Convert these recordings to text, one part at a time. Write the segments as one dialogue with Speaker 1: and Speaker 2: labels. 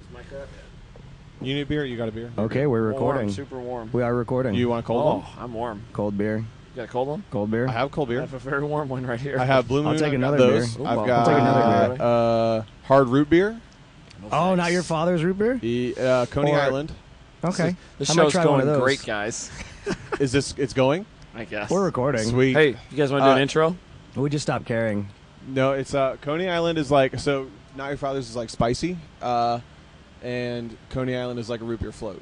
Speaker 1: that.
Speaker 2: You need a beer? You got a beer?
Speaker 3: Okay, we're recording.
Speaker 4: Warm, super warm.
Speaker 3: We are recording.
Speaker 2: You want a cold
Speaker 4: oh,
Speaker 2: one?
Speaker 4: I'm warm.
Speaker 3: cold beer?
Speaker 4: You got a cold one?
Speaker 3: Cold beer?
Speaker 2: I have cold
Speaker 4: I
Speaker 2: beer.
Speaker 4: have a very warm one right here.
Speaker 2: I have Blue Moon.
Speaker 3: I'll take
Speaker 2: I've got
Speaker 3: another
Speaker 2: those.
Speaker 3: beer.
Speaker 2: I've
Speaker 4: I'll
Speaker 2: got
Speaker 3: take another
Speaker 4: beer.
Speaker 2: uh, hard root beer.
Speaker 3: oh, not your father's root beer?
Speaker 2: The uh, Coney
Speaker 3: Or-
Speaker 2: Island.
Speaker 3: Okay.
Speaker 4: This
Speaker 3: I might
Speaker 4: show's
Speaker 3: try one of
Speaker 4: going
Speaker 3: those.
Speaker 4: great, guys.
Speaker 2: Is this? It's going.
Speaker 4: I guess.
Speaker 3: We're recording.
Speaker 2: Sweet.
Speaker 4: hey, you guys want to do
Speaker 2: Uh,
Speaker 4: an intro?
Speaker 3: We just stopped caring.
Speaker 2: No, it's uh, Coney Island is like so. Not your father's is like spicy, uh, and Coney Island is like a root beer float.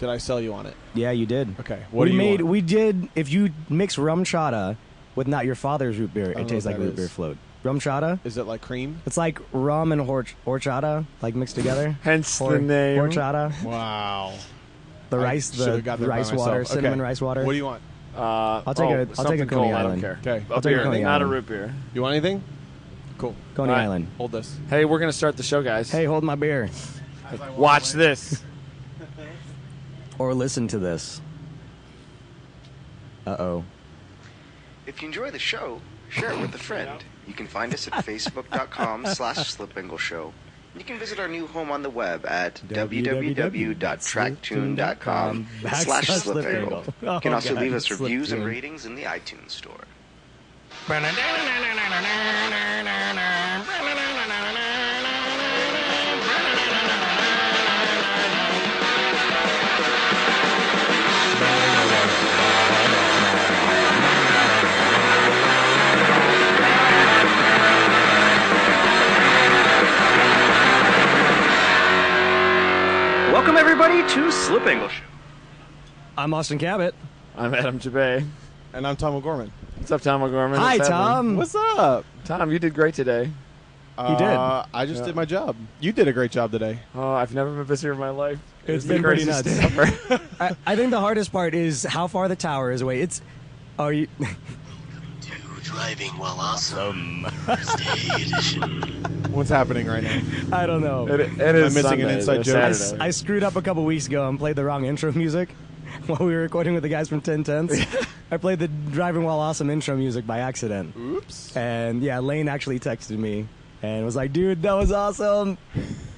Speaker 2: Did I sell you on it?
Speaker 3: Yeah, you did.
Speaker 2: Okay. What
Speaker 3: we
Speaker 2: do you
Speaker 3: made
Speaker 2: want?
Speaker 3: we did if you mix rum chata with not your father's root
Speaker 2: don't
Speaker 3: beer,
Speaker 2: know
Speaker 3: it tastes
Speaker 2: what
Speaker 3: like
Speaker 2: that
Speaker 3: root
Speaker 2: is.
Speaker 3: beer float. Rum chata?
Speaker 2: Is it like cream?
Speaker 3: It's like rum and hor- horchata, like mixed together.
Speaker 4: Hence
Speaker 3: Hor-
Speaker 4: the name.
Speaker 3: Horchata.
Speaker 2: Wow.
Speaker 3: The rice the rice water, cinnamon rice water.
Speaker 2: What do you want?
Speaker 4: Uh,
Speaker 3: I'll take
Speaker 4: oh,
Speaker 3: a- I'll take a
Speaker 4: something cold,
Speaker 3: Coney
Speaker 4: I don't
Speaker 3: Island.
Speaker 4: care.
Speaker 2: Okay.
Speaker 4: A
Speaker 3: I'll take a
Speaker 4: beer,
Speaker 3: Coney
Speaker 4: not a
Speaker 3: Island.
Speaker 4: root beer.
Speaker 2: You want anything? Cool.
Speaker 3: Coney
Speaker 4: All right.
Speaker 3: Island.
Speaker 2: Hold this.
Speaker 4: Hey, we're gonna start the show, guys.
Speaker 3: Hey, hold my beer.
Speaker 4: watch this.
Speaker 3: Or listen to this. Uh oh.
Speaker 5: If you enjoy the show, share it with a friend. You can find us at facebook.com slash slipangelshow. You can visit our new home on the web at www.tracktune.com slash
Speaker 3: Backslash
Speaker 5: slipangle.
Speaker 3: slipangle.
Speaker 5: You can also
Speaker 3: Oh,
Speaker 5: leave
Speaker 3: God,
Speaker 5: us reviews and
Speaker 3: sliptune.
Speaker 5: ratings in the iTunes store. Welcome everybody to Slipangle Show.
Speaker 3: I'm Austin Cabot.
Speaker 4: I'm Adam Jabay.
Speaker 2: And I'm Tom O'Gorman.
Speaker 4: What's up, Tom O'Gorman?
Speaker 3: Hi,
Speaker 4: What's happening?
Speaker 3: Tom.
Speaker 2: What's up?
Speaker 4: Tom, you did great today.
Speaker 2: You
Speaker 3: did.
Speaker 2: I just
Speaker 4: Yeah.
Speaker 2: did my job. You did a great job today.
Speaker 4: Oh, I've never been busier in my life.
Speaker 3: It's
Speaker 4: the
Speaker 3: been pretty
Speaker 4: craziest
Speaker 3: nuts.
Speaker 4: day ever.
Speaker 3: I, I think the hardest part is how far the tower is away. It's oh you
Speaker 6: to Driving While Awesome. Thursday edition.
Speaker 2: What's happening right now?
Speaker 3: I don't know.
Speaker 4: it, it is
Speaker 2: missing an
Speaker 4: Sunday,
Speaker 2: inside
Speaker 4: or
Speaker 2: joke?
Speaker 3: I,
Speaker 2: I
Speaker 3: s-
Speaker 4: Saturday.
Speaker 3: I screwed up a couple weeks ago and played the wrong intro music while we were recording with the guys from Ten Tens. I played the Driving While Awesome intro music by accident,
Speaker 2: Oops.
Speaker 3: and yeah, Lane actually texted me and was like, "Dude, that was awesome."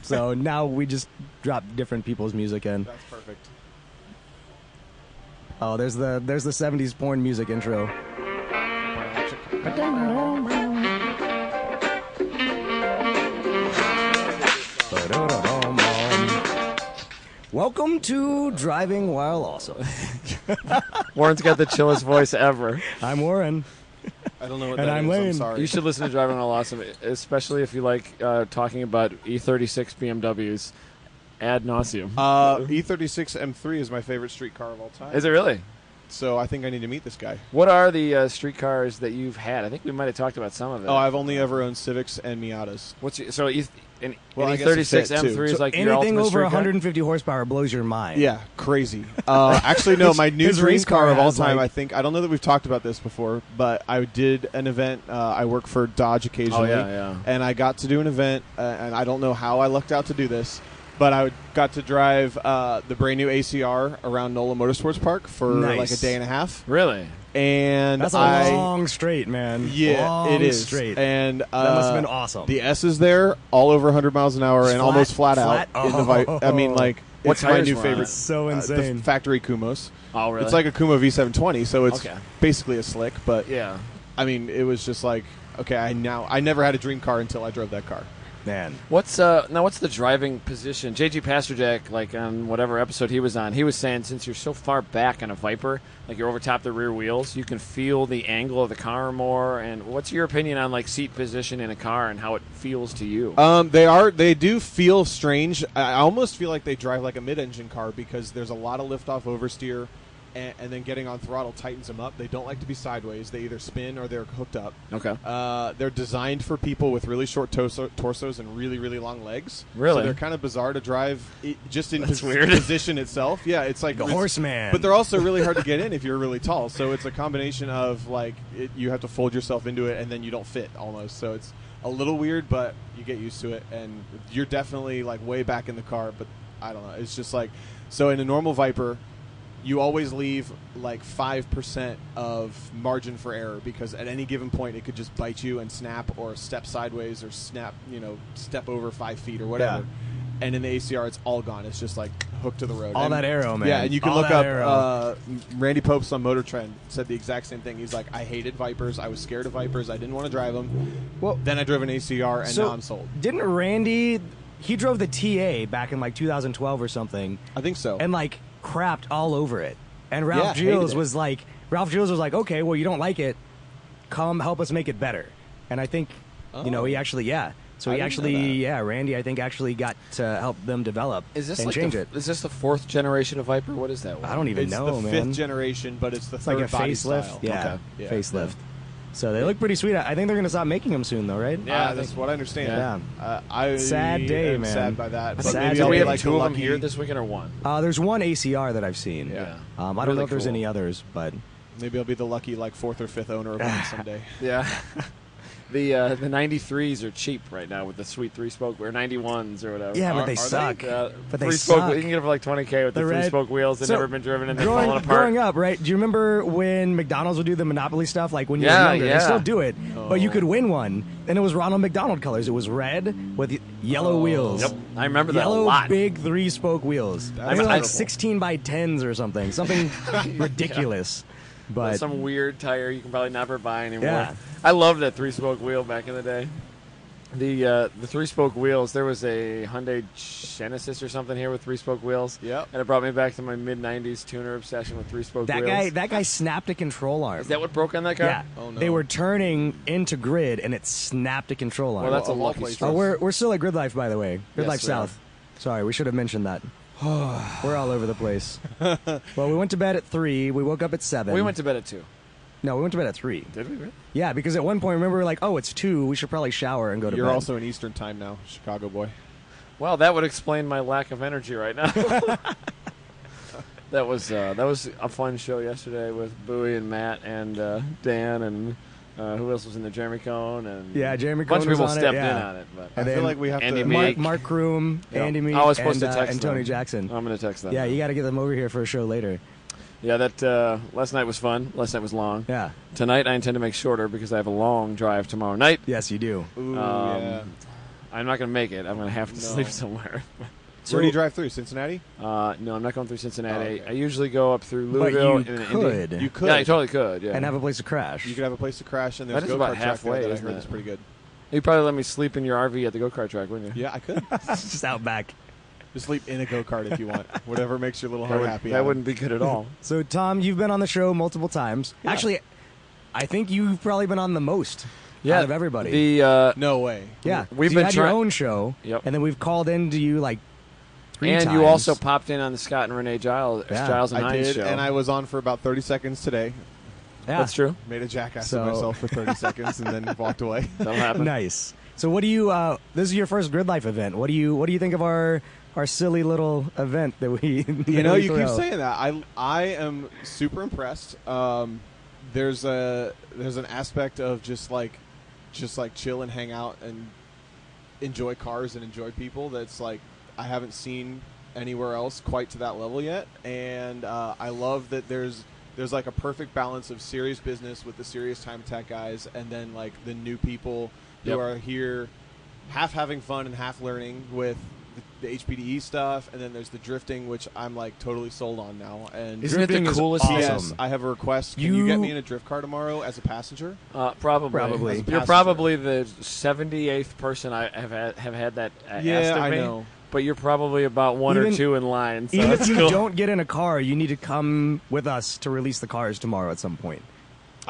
Speaker 3: So now we just drop different people's music in.
Speaker 2: That's perfect.
Speaker 3: Oh, there's the there's the '70s porn music intro. Welcome to Driving While Awesome.
Speaker 4: Warren's got the chillest voice ever.
Speaker 3: I'm Warren.
Speaker 2: I don't know what
Speaker 3: And
Speaker 2: that
Speaker 3: I'm
Speaker 2: is.
Speaker 3: lame.
Speaker 2: sorry.
Speaker 4: You should listen to Driving All Awesome, especially if you like uh, talking about E36 BMWs ad nauseum.
Speaker 2: Uh, E36 M3 is my favorite street car of all time.
Speaker 4: Is it really?
Speaker 2: So I think I need to meet this guy.
Speaker 4: What are the uh, street cars that you've had? I think we might have talked about some of it.
Speaker 2: Oh, I've only ever owned Civics and Miatas.
Speaker 4: What's your, so? E- an,
Speaker 2: Well,
Speaker 4: an
Speaker 2: I guess
Speaker 4: E36
Speaker 2: it's that,
Speaker 4: M3
Speaker 2: too.
Speaker 4: is
Speaker 2: So
Speaker 4: like your
Speaker 3: Anything
Speaker 4: ultimate
Speaker 3: over
Speaker 4: street car?
Speaker 3: 150 horsepower blows your mind.
Speaker 2: Yeah, crazy. Uh, actually, no, my new
Speaker 3: his
Speaker 2: dream
Speaker 3: race car
Speaker 2: of all
Speaker 3: has,
Speaker 2: time.
Speaker 3: like-
Speaker 2: I think I don't know that we've talked about this before, but I did an event. Uh, I work for Dodge
Speaker 3: Oh,
Speaker 2: occasionally,
Speaker 4: yeah, yeah.
Speaker 2: and I got to do an event, uh, and I don't know how I lucked out to do this, but I got to drive uh, the brand new ACR around Nola Motorsports Park for
Speaker 3: Nice.
Speaker 2: like a day and a half,
Speaker 4: Really?
Speaker 2: and
Speaker 3: That's a
Speaker 2: I-
Speaker 3: long straight, man.
Speaker 2: Yeah,
Speaker 3: long
Speaker 2: it is
Speaker 3: straight.
Speaker 2: and uh,
Speaker 3: that must have been awesome.
Speaker 2: The S is there, all over 100 miles an hour,
Speaker 3: It's
Speaker 2: and
Speaker 3: flat-
Speaker 2: almost flat,
Speaker 3: flat?
Speaker 2: out. In the vi- I mean,
Speaker 3: Oh.
Speaker 2: like
Speaker 4: What
Speaker 2: it's my
Speaker 4: tires
Speaker 2: new
Speaker 4: were on it?
Speaker 2: favorite.
Speaker 3: So
Speaker 2: Uh,
Speaker 3: insane.
Speaker 2: the factory Kumos.
Speaker 4: Oh, really?
Speaker 2: It's like a Kumo V720, so it's
Speaker 4: Okay.
Speaker 2: basically a slick. But
Speaker 4: yeah.
Speaker 2: I mean, it was just like okay, I now I never had a dream car until I drove that car.
Speaker 3: man.
Speaker 4: What's uh now? What's the driving position? JG Pasterjack, like on whatever episode he was on, he was saying since you're so far back on a Viper, like you're over top the rear wheels, you can feel the angle of the car more. And what's your opinion on like seat position in a car and how it feels to you?
Speaker 2: Um, they are they do feel strange. I I almost feel like they drive like a mid-engine car because there's a lot of liftoff oversteer, and, and then getting on throttle tightens them up. They don't like to be sideways. They either spin or they're hooked up.
Speaker 4: okay.
Speaker 2: Uh, they're designed for people with really short torso- torsos and really, really long legs.
Speaker 4: Really?
Speaker 2: so they're kind of bizarre to drive i just in
Speaker 4: That's
Speaker 2: pos-
Speaker 4: weird.
Speaker 2: position itself. Yeah, it's like
Speaker 3: The
Speaker 2: it's-
Speaker 3: horseman.
Speaker 2: But they're also really hard to get in if you're really tall. So it's a combination of like it, you have to fold yourself into it, and then you don't fit almost. So it's a little weird, but you get used to it, and you're definitely like way back in the car. But I don't know. It's just like so in a normal Viper. You always leave like five percent of margin for error because at any given point it could just bite you and snap or step sideways or snap, you know, step over five feet or whatever. and in the ACR, it's all gone. It's just like hooked to the road.
Speaker 3: All
Speaker 2: And-
Speaker 3: that arrow, man.
Speaker 2: Yeah, and you can
Speaker 3: All
Speaker 2: look
Speaker 3: that
Speaker 2: up
Speaker 3: arrow.
Speaker 2: uh, Randy Pope's on Motor Trend said the exact same thing. He's like, I hated Vipers. I was scared of Vipers. I didn't want to drive them.
Speaker 3: Well-
Speaker 2: then I drove an ACR, and now I'm sold.
Speaker 3: Didn't Randy? He drove the TA back in like 2012 or something,
Speaker 2: I think so.
Speaker 3: and like crapped all over it. And Ralph
Speaker 2: Yeah, hated
Speaker 3: Jules
Speaker 2: it.
Speaker 3: was like, Ralph Jules was like, okay, well you don't like it, come help us make it better. And I think, you know, he actually, yeah. So
Speaker 2: Oh. I didn't
Speaker 3: he
Speaker 2: know
Speaker 3: actually,
Speaker 2: that.
Speaker 3: yeah, Randy, I think actually got to help them develop
Speaker 4: Is this
Speaker 3: and
Speaker 4: like
Speaker 3: change
Speaker 4: the,
Speaker 3: it.
Speaker 4: is this the fourth generation of Viper? What is that? One?
Speaker 3: I don't even
Speaker 2: it's
Speaker 3: know,
Speaker 2: the
Speaker 3: man.
Speaker 2: fifth generation, but it's the
Speaker 3: It's
Speaker 2: third
Speaker 3: like a
Speaker 2: body
Speaker 3: facelift.
Speaker 2: style.
Speaker 3: Yeah.
Speaker 4: Okay.
Speaker 2: Yeah.
Speaker 3: facelift. So they look pretty sweet. I I think they're gonna stop making them soon, though, right?
Speaker 2: Yeah,
Speaker 4: I
Speaker 2: that's
Speaker 4: think-
Speaker 2: what I understand.
Speaker 3: Yeah.
Speaker 2: Uh, I
Speaker 3: Sad day,
Speaker 2: am
Speaker 3: man.
Speaker 2: Sad by that. But
Speaker 3: Sad
Speaker 2: maybe
Speaker 3: day.
Speaker 2: I'll
Speaker 4: Do we
Speaker 2: be
Speaker 4: have
Speaker 2: like
Speaker 4: two
Speaker 2: the
Speaker 4: of them
Speaker 2: lucky-
Speaker 4: here this weekend or one?
Speaker 3: Uh, there's one ACR that I've seen.
Speaker 2: Yeah.
Speaker 3: Um, I don't
Speaker 4: Really
Speaker 3: know if there's
Speaker 4: cool.
Speaker 3: any others, but
Speaker 2: Maybe I'll be the lucky like fourth or fifth owner of one someday.
Speaker 4: Yeah. the uh, the 93s are cheap right now with the sweet three spoke or 91s or whatever.
Speaker 3: Yeah, but
Speaker 4: Are-
Speaker 3: they
Speaker 4: are
Speaker 3: suck.
Speaker 4: Uh,
Speaker 3: But they
Speaker 4: three spoke-
Speaker 3: suck.
Speaker 4: You can get it for like 20k with the,
Speaker 3: the
Speaker 4: three
Speaker 3: red
Speaker 4: spoke wheels. They've
Speaker 3: So,
Speaker 4: never been driven and they're
Speaker 3: growing,
Speaker 4: falling apart.
Speaker 3: Growing up, right? Do you remember when McDonald's would do the Monopoly stuff? Like when you
Speaker 4: Yeah,
Speaker 3: were younger,
Speaker 4: yeah.
Speaker 3: they still do it, but you
Speaker 4: Oh.
Speaker 3: could win one, and it was Ronald McDonald colors. It was red with y- yellow wheels.
Speaker 4: Oh. Yep, I remember that
Speaker 3: Yellow
Speaker 4: a lot.
Speaker 3: big three spoke wheels. I
Speaker 2: That's
Speaker 3: mean, like
Speaker 2: terrible.
Speaker 3: sixteen by tens or something, something ridiculous. But
Speaker 4: some weird tire you can probably never buy anymore.
Speaker 3: Yeah.
Speaker 4: I loved that three spoke wheel back in the day. The uh, the three spoke wheels. There was a Hyundai Genesis or something here with three spoke wheels.
Speaker 2: Yep.
Speaker 4: and it brought me back to my mid '90s tuner obsession with three spoke
Speaker 3: that
Speaker 4: wheels.
Speaker 3: guy, that guy snapped a control arm.
Speaker 4: is that what broke on that car?
Speaker 3: yeah,
Speaker 2: Oh, no.
Speaker 3: they were turning into grid, and it snapped a control arm.
Speaker 4: Well, that's a
Speaker 2: Of all
Speaker 4: lucky
Speaker 2: places.
Speaker 4: stroke.
Speaker 3: Oh, we're we're still at Grid Life, by the way. Grid
Speaker 4: Yes,
Speaker 3: Life
Speaker 4: we
Speaker 3: South. Sorry, we should have mentioned that. we're all over the place. well, we went to bed at three. We woke up at seven.
Speaker 4: we went to bed at two.
Speaker 3: no, we went to bed at three.
Speaker 4: Did we? Really?
Speaker 3: Yeah, because at one point, remember, we were like, oh, it's two. We should probably shower and go to
Speaker 2: You're
Speaker 3: bed.
Speaker 2: also in Eastern time now, Chicago boy.
Speaker 4: Well, that would explain my lack of energy right now. that was uh, that was a fun show yesterday with Bowie and Matt and uh, Dan and uh, who else was in there? Jeremy Cohn and
Speaker 3: Yeah, Jeremy
Speaker 4: A bunch
Speaker 3: Cohn
Speaker 4: of people
Speaker 3: was on it,
Speaker 4: stepped in
Speaker 3: yeah.
Speaker 4: on it, but
Speaker 2: I
Speaker 3: And
Speaker 2: feel
Speaker 3: then
Speaker 2: like we have
Speaker 4: Andy
Speaker 2: to.
Speaker 4: Meek.
Speaker 3: Mark, Mark Groom,
Speaker 4: Yeah.
Speaker 3: Andy Meek,
Speaker 4: I was supposed
Speaker 3: and,
Speaker 4: to
Speaker 3: uh,
Speaker 4: text
Speaker 3: and Tony
Speaker 4: them. Oh,
Speaker 3: Jackson.
Speaker 4: I'm gonna text them.
Speaker 3: yeah,
Speaker 4: now.
Speaker 3: you got to get them over here for a show later.
Speaker 4: yeah. That uh, last night was fun. Last night was long.
Speaker 3: Yeah.
Speaker 4: Tonight I intend to make shorter because I have a long drive tomorrow night.
Speaker 3: Yes, you do.
Speaker 2: Ooh,
Speaker 4: Um,
Speaker 2: yeah.
Speaker 4: I'm not gonna make it. I'm gonna have to
Speaker 2: No.
Speaker 4: sleep somewhere.
Speaker 2: Where do you drive through? Cincinnati?
Speaker 4: Uh, no, I'm not going through Cincinnati.
Speaker 2: Oh,
Speaker 4: I
Speaker 2: okay.
Speaker 4: usually go up through
Speaker 3: But
Speaker 4: Louisville
Speaker 3: you
Speaker 4: and then Indy.
Speaker 3: could.
Speaker 2: You could.
Speaker 4: Yeah, I totally could. Yeah,
Speaker 3: and have a place to crash.
Speaker 2: you could have a place to crash, and there's
Speaker 4: That is
Speaker 2: go
Speaker 4: about
Speaker 2: kart track there
Speaker 4: halfway,
Speaker 2: that I
Speaker 4: isn't
Speaker 2: heard
Speaker 4: it?
Speaker 2: is pretty good.
Speaker 4: You'd probably let me sleep in your RV at the go kart track, wouldn't you?
Speaker 2: Yeah, I could.
Speaker 3: just out back.
Speaker 2: Just sleep in a go kart if you want. Whatever makes your little
Speaker 4: that,
Speaker 2: heart
Speaker 4: would,
Speaker 2: happy.
Speaker 4: that
Speaker 2: Adam.
Speaker 4: wouldn't be good at all.
Speaker 3: So, Tom, you've been on the show multiple times. Actually, I think you've probably been on the most out of everybody.
Speaker 4: The uh,
Speaker 2: No way.
Speaker 3: yeah,
Speaker 4: we've
Speaker 3: So
Speaker 4: been
Speaker 3: you had your
Speaker 4: try-
Speaker 3: own show,
Speaker 4: Yep.
Speaker 3: and then we've called in to you like three
Speaker 4: and
Speaker 3: times.
Speaker 4: you also popped in on the Scott and Renee Giles,
Speaker 3: Yeah,
Speaker 4: Giles and
Speaker 2: I
Speaker 4: Hines
Speaker 2: did,
Speaker 4: show.
Speaker 2: and I was on for about 30 seconds today.
Speaker 3: yeah.
Speaker 4: That's true.
Speaker 2: Made a jackass
Speaker 3: So-
Speaker 2: of myself for 30 seconds, and then walked away.
Speaker 4: That'll happen.
Speaker 3: Nice. So, what do you? Uh, this is your first Grid Life event. What do you? What do you think of our our silly little event that we?
Speaker 2: you
Speaker 3: that
Speaker 2: know
Speaker 3: we
Speaker 2: you
Speaker 3: throw?
Speaker 2: keep saying that i i am super impressed um there's a there's an aspect of just like just like chill and hang out and enjoy cars and enjoy people that's like i haven't seen anywhere else quite to that level yet and uh, i love that there's there's like a perfect balance of serious business with the serious time attack guys and then like the new people who
Speaker 4: Yep.
Speaker 2: are here half having fun and half learning with the, the HPDE E stuff, and then there's the drifting, which I'm like totally sold on now. And
Speaker 4: Isn't it the
Speaker 3: Drifting is
Speaker 4: coolest
Speaker 3: awesome.
Speaker 2: yes, I have a request. Can you,
Speaker 3: You-
Speaker 2: get me in a drift car tomorrow as a passenger?
Speaker 4: Uh, probably.
Speaker 3: Probably. As a
Speaker 4: You're
Speaker 2: passenger.
Speaker 4: probably the 78th person I have had, have had that uh,
Speaker 2: Yeah,
Speaker 4: asked of
Speaker 2: I
Speaker 4: me.
Speaker 2: know.
Speaker 4: But you're probably about one or
Speaker 3: Even-
Speaker 4: two in line. So
Speaker 3: Even if
Speaker 4: that's
Speaker 3: you
Speaker 4: cool.
Speaker 3: don't get in a car, you need to come with us to release the cars tomorrow at some point.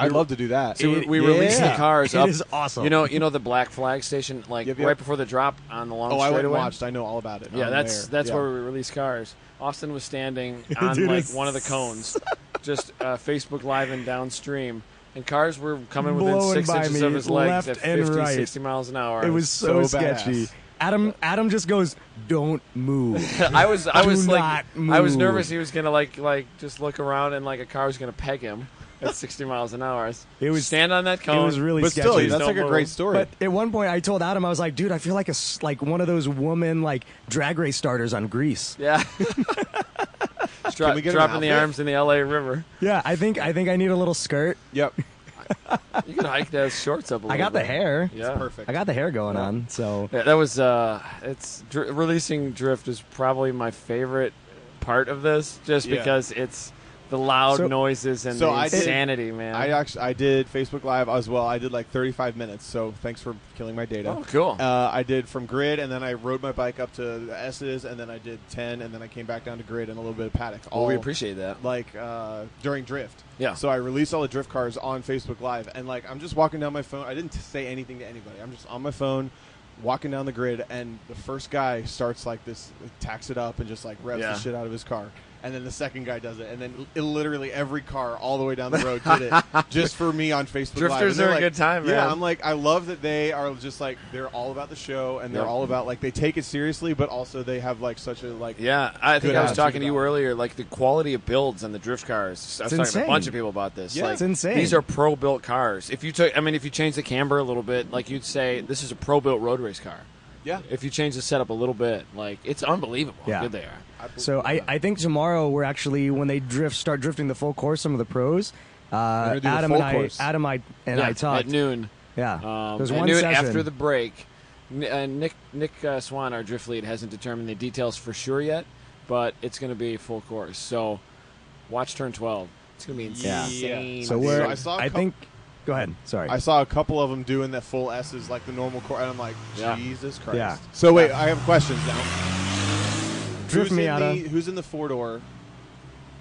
Speaker 2: I'd love to do that.
Speaker 4: So we- we
Speaker 3: yeah.
Speaker 4: released the cars.
Speaker 3: It
Speaker 4: up.
Speaker 3: is awesome.
Speaker 4: You know, you know the black flag station, like
Speaker 2: Yep, yep.
Speaker 4: right before the drop on the long
Speaker 2: oh, I went and
Speaker 4: straightaway.
Speaker 2: watched. I know all about it.
Speaker 4: Yeah,
Speaker 2: I'm
Speaker 4: that's
Speaker 2: there.
Speaker 4: that's
Speaker 2: Yeah.
Speaker 4: where we release cars. Austin was standing on
Speaker 3: Dude,
Speaker 4: like
Speaker 3: it's-
Speaker 4: one of the cones, just uh, Facebook Live and downstream, and cars were coming within
Speaker 3: Blowing
Speaker 4: six
Speaker 3: by
Speaker 4: inches
Speaker 3: me,
Speaker 4: of his legs
Speaker 3: left
Speaker 4: at
Speaker 3: and
Speaker 4: 50,
Speaker 3: right.
Speaker 4: 60 miles an hour.
Speaker 3: It was so,
Speaker 2: so badass.
Speaker 3: sketchy. Adam Adam just goes, "Don't move."
Speaker 4: I was I
Speaker 3: Do
Speaker 4: was like
Speaker 3: not
Speaker 4: I was
Speaker 3: move.
Speaker 4: nervous he was gonna like like just look around and like a car was gonna peg him at 60 miles an hour.
Speaker 3: It was-
Speaker 4: stand on that cone.
Speaker 3: it was really
Speaker 2: But
Speaker 3: sketchy.
Speaker 2: still,
Speaker 4: sketchy.
Speaker 2: that's
Speaker 4: Don't
Speaker 2: like a
Speaker 4: move.
Speaker 2: great story.
Speaker 3: But at one point, I told Adam, I was like, "Dude, I feel like a s- like one of those woman like drag race starters on Greece."
Speaker 4: yeah. Dro-
Speaker 2: we get an
Speaker 4: dropping the
Speaker 2: outfit?
Speaker 4: arms in the LA River.
Speaker 3: Yeah, I think I think I need a little skirt.
Speaker 2: yep.
Speaker 4: You can hike those shorts up a little
Speaker 3: I got the
Speaker 4: bit.
Speaker 3: hair.
Speaker 4: Yeah.
Speaker 2: Perfect.
Speaker 3: I got the hair going on. So
Speaker 4: Yeah, that was uh, it's dr- releasing drift is probably my favorite part of this, just
Speaker 2: Yeah.
Speaker 4: because it's the loud
Speaker 3: So-
Speaker 4: noises and
Speaker 2: so
Speaker 4: the
Speaker 2: I did-
Speaker 4: insanity, man.
Speaker 2: I uh, actually I did Facebook Live as well. I did like 35 minutes, so thanks for killing my data.
Speaker 4: oh, cool.
Speaker 2: Uh, I did from grid, and then I rode my bike up to the S's, and then I did 10, and then I came back down to grid and a little bit of paddock.
Speaker 4: well, we
Speaker 2: all-
Speaker 4: appreciate that.
Speaker 2: like uh, during drift.
Speaker 4: Yeah.
Speaker 2: So I released all the drift cars on Facebook Live, and like I'm just walking down my phone. I didn't say anything to anybody. I'm just on my phone, walking down the grid, and the first guy starts like this, tacks it up, and just like revs
Speaker 4: Yeah.
Speaker 2: the shit out of his car. And then the second guy does it, and then it, literally every car all the way down the road did it just for me on Facebook. Live.
Speaker 4: Drifters
Speaker 2: And they're
Speaker 4: are a
Speaker 2: like-
Speaker 4: good time,
Speaker 2: Yeah,
Speaker 4: man.
Speaker 2: I'm like, I love that they are just like they're all about the show, and they're
Speaker 4: Yeah.
Speaker 2: all about like they take it seriously, but also they have like such a like
Speaker 4: Yeah, I think
Speaker 2: Good
Speaker 4: I was
Speaker 2: attitude
Speaker 4: talking to you
Speaker 2: about it.
Speaker 4: earlier. Like the quality of builds on the drift cars. I was
Speaker 3: It's
Speaker 4: talking to
Speaker 3: insane.
Speaker 4: a bunch of people about this.
Speaker 2: Yeah.
Speaker 4: like,
Speaker 2: It's
Speaker 3: insane.
Speaker 4: These are pro built cars. If you took, I mean, if you change the camber a little bit, like you'd say this is a pro built road race car.
Speaker 2: yeah.
Speaker 4: If you change the setup a little bit, like it's unbelievable
Speaker 3: Yeah.
Speaker 4: how good they are.
Speaker 3: so I, I think tomorrow we're actually when they drift start drifting the full course. Some of the pros. Uh,
Speaker 2: gonna do the
Speaker 3: Adam
Speaker 2: full
Speaker 3: and
Speaker 2: course.
Speaker 3: I, Adam I, and I
Speaker 4: Yeah,
Speaker 3: talked.
Speaker 4: at noon.
Speaker 3: Yeah,
Speaker 4: Um,
Speaker 3: there's
Speaker 4: I
Speaker 3: one
Speaker 4: knew it
Speaker 3: session.
Speaker 4: after the break. N- uh, Nick Nick uh, Swan, our drift lead, hasn't determined the details for sure yet, but it's going to be full course. So watch turn twelve. It's going to be
Speaker 2: Yeah.
Speaker 4: insane.
Speaker 3: so
Speaker 2: So
Speaker 3: we're.
Speaker 2: I saw a
Speaker 3: I
Speaker 2: couple-
Speaker 3: think. Go ahead. Sorry.
Speaker 2: I saw a couple of them doing that full S's like the normal core, and I'm like,
Speaker 4: Yeah.
Speaker 2: Jesus Christ.
Speaker 3: Yeah.
Speaker 2: So wait, I have questions now.
Speaker 3: Drift
Speaker 2: who's,
Speaker 3: Miata.
Speaker 2: In the, who's in the four door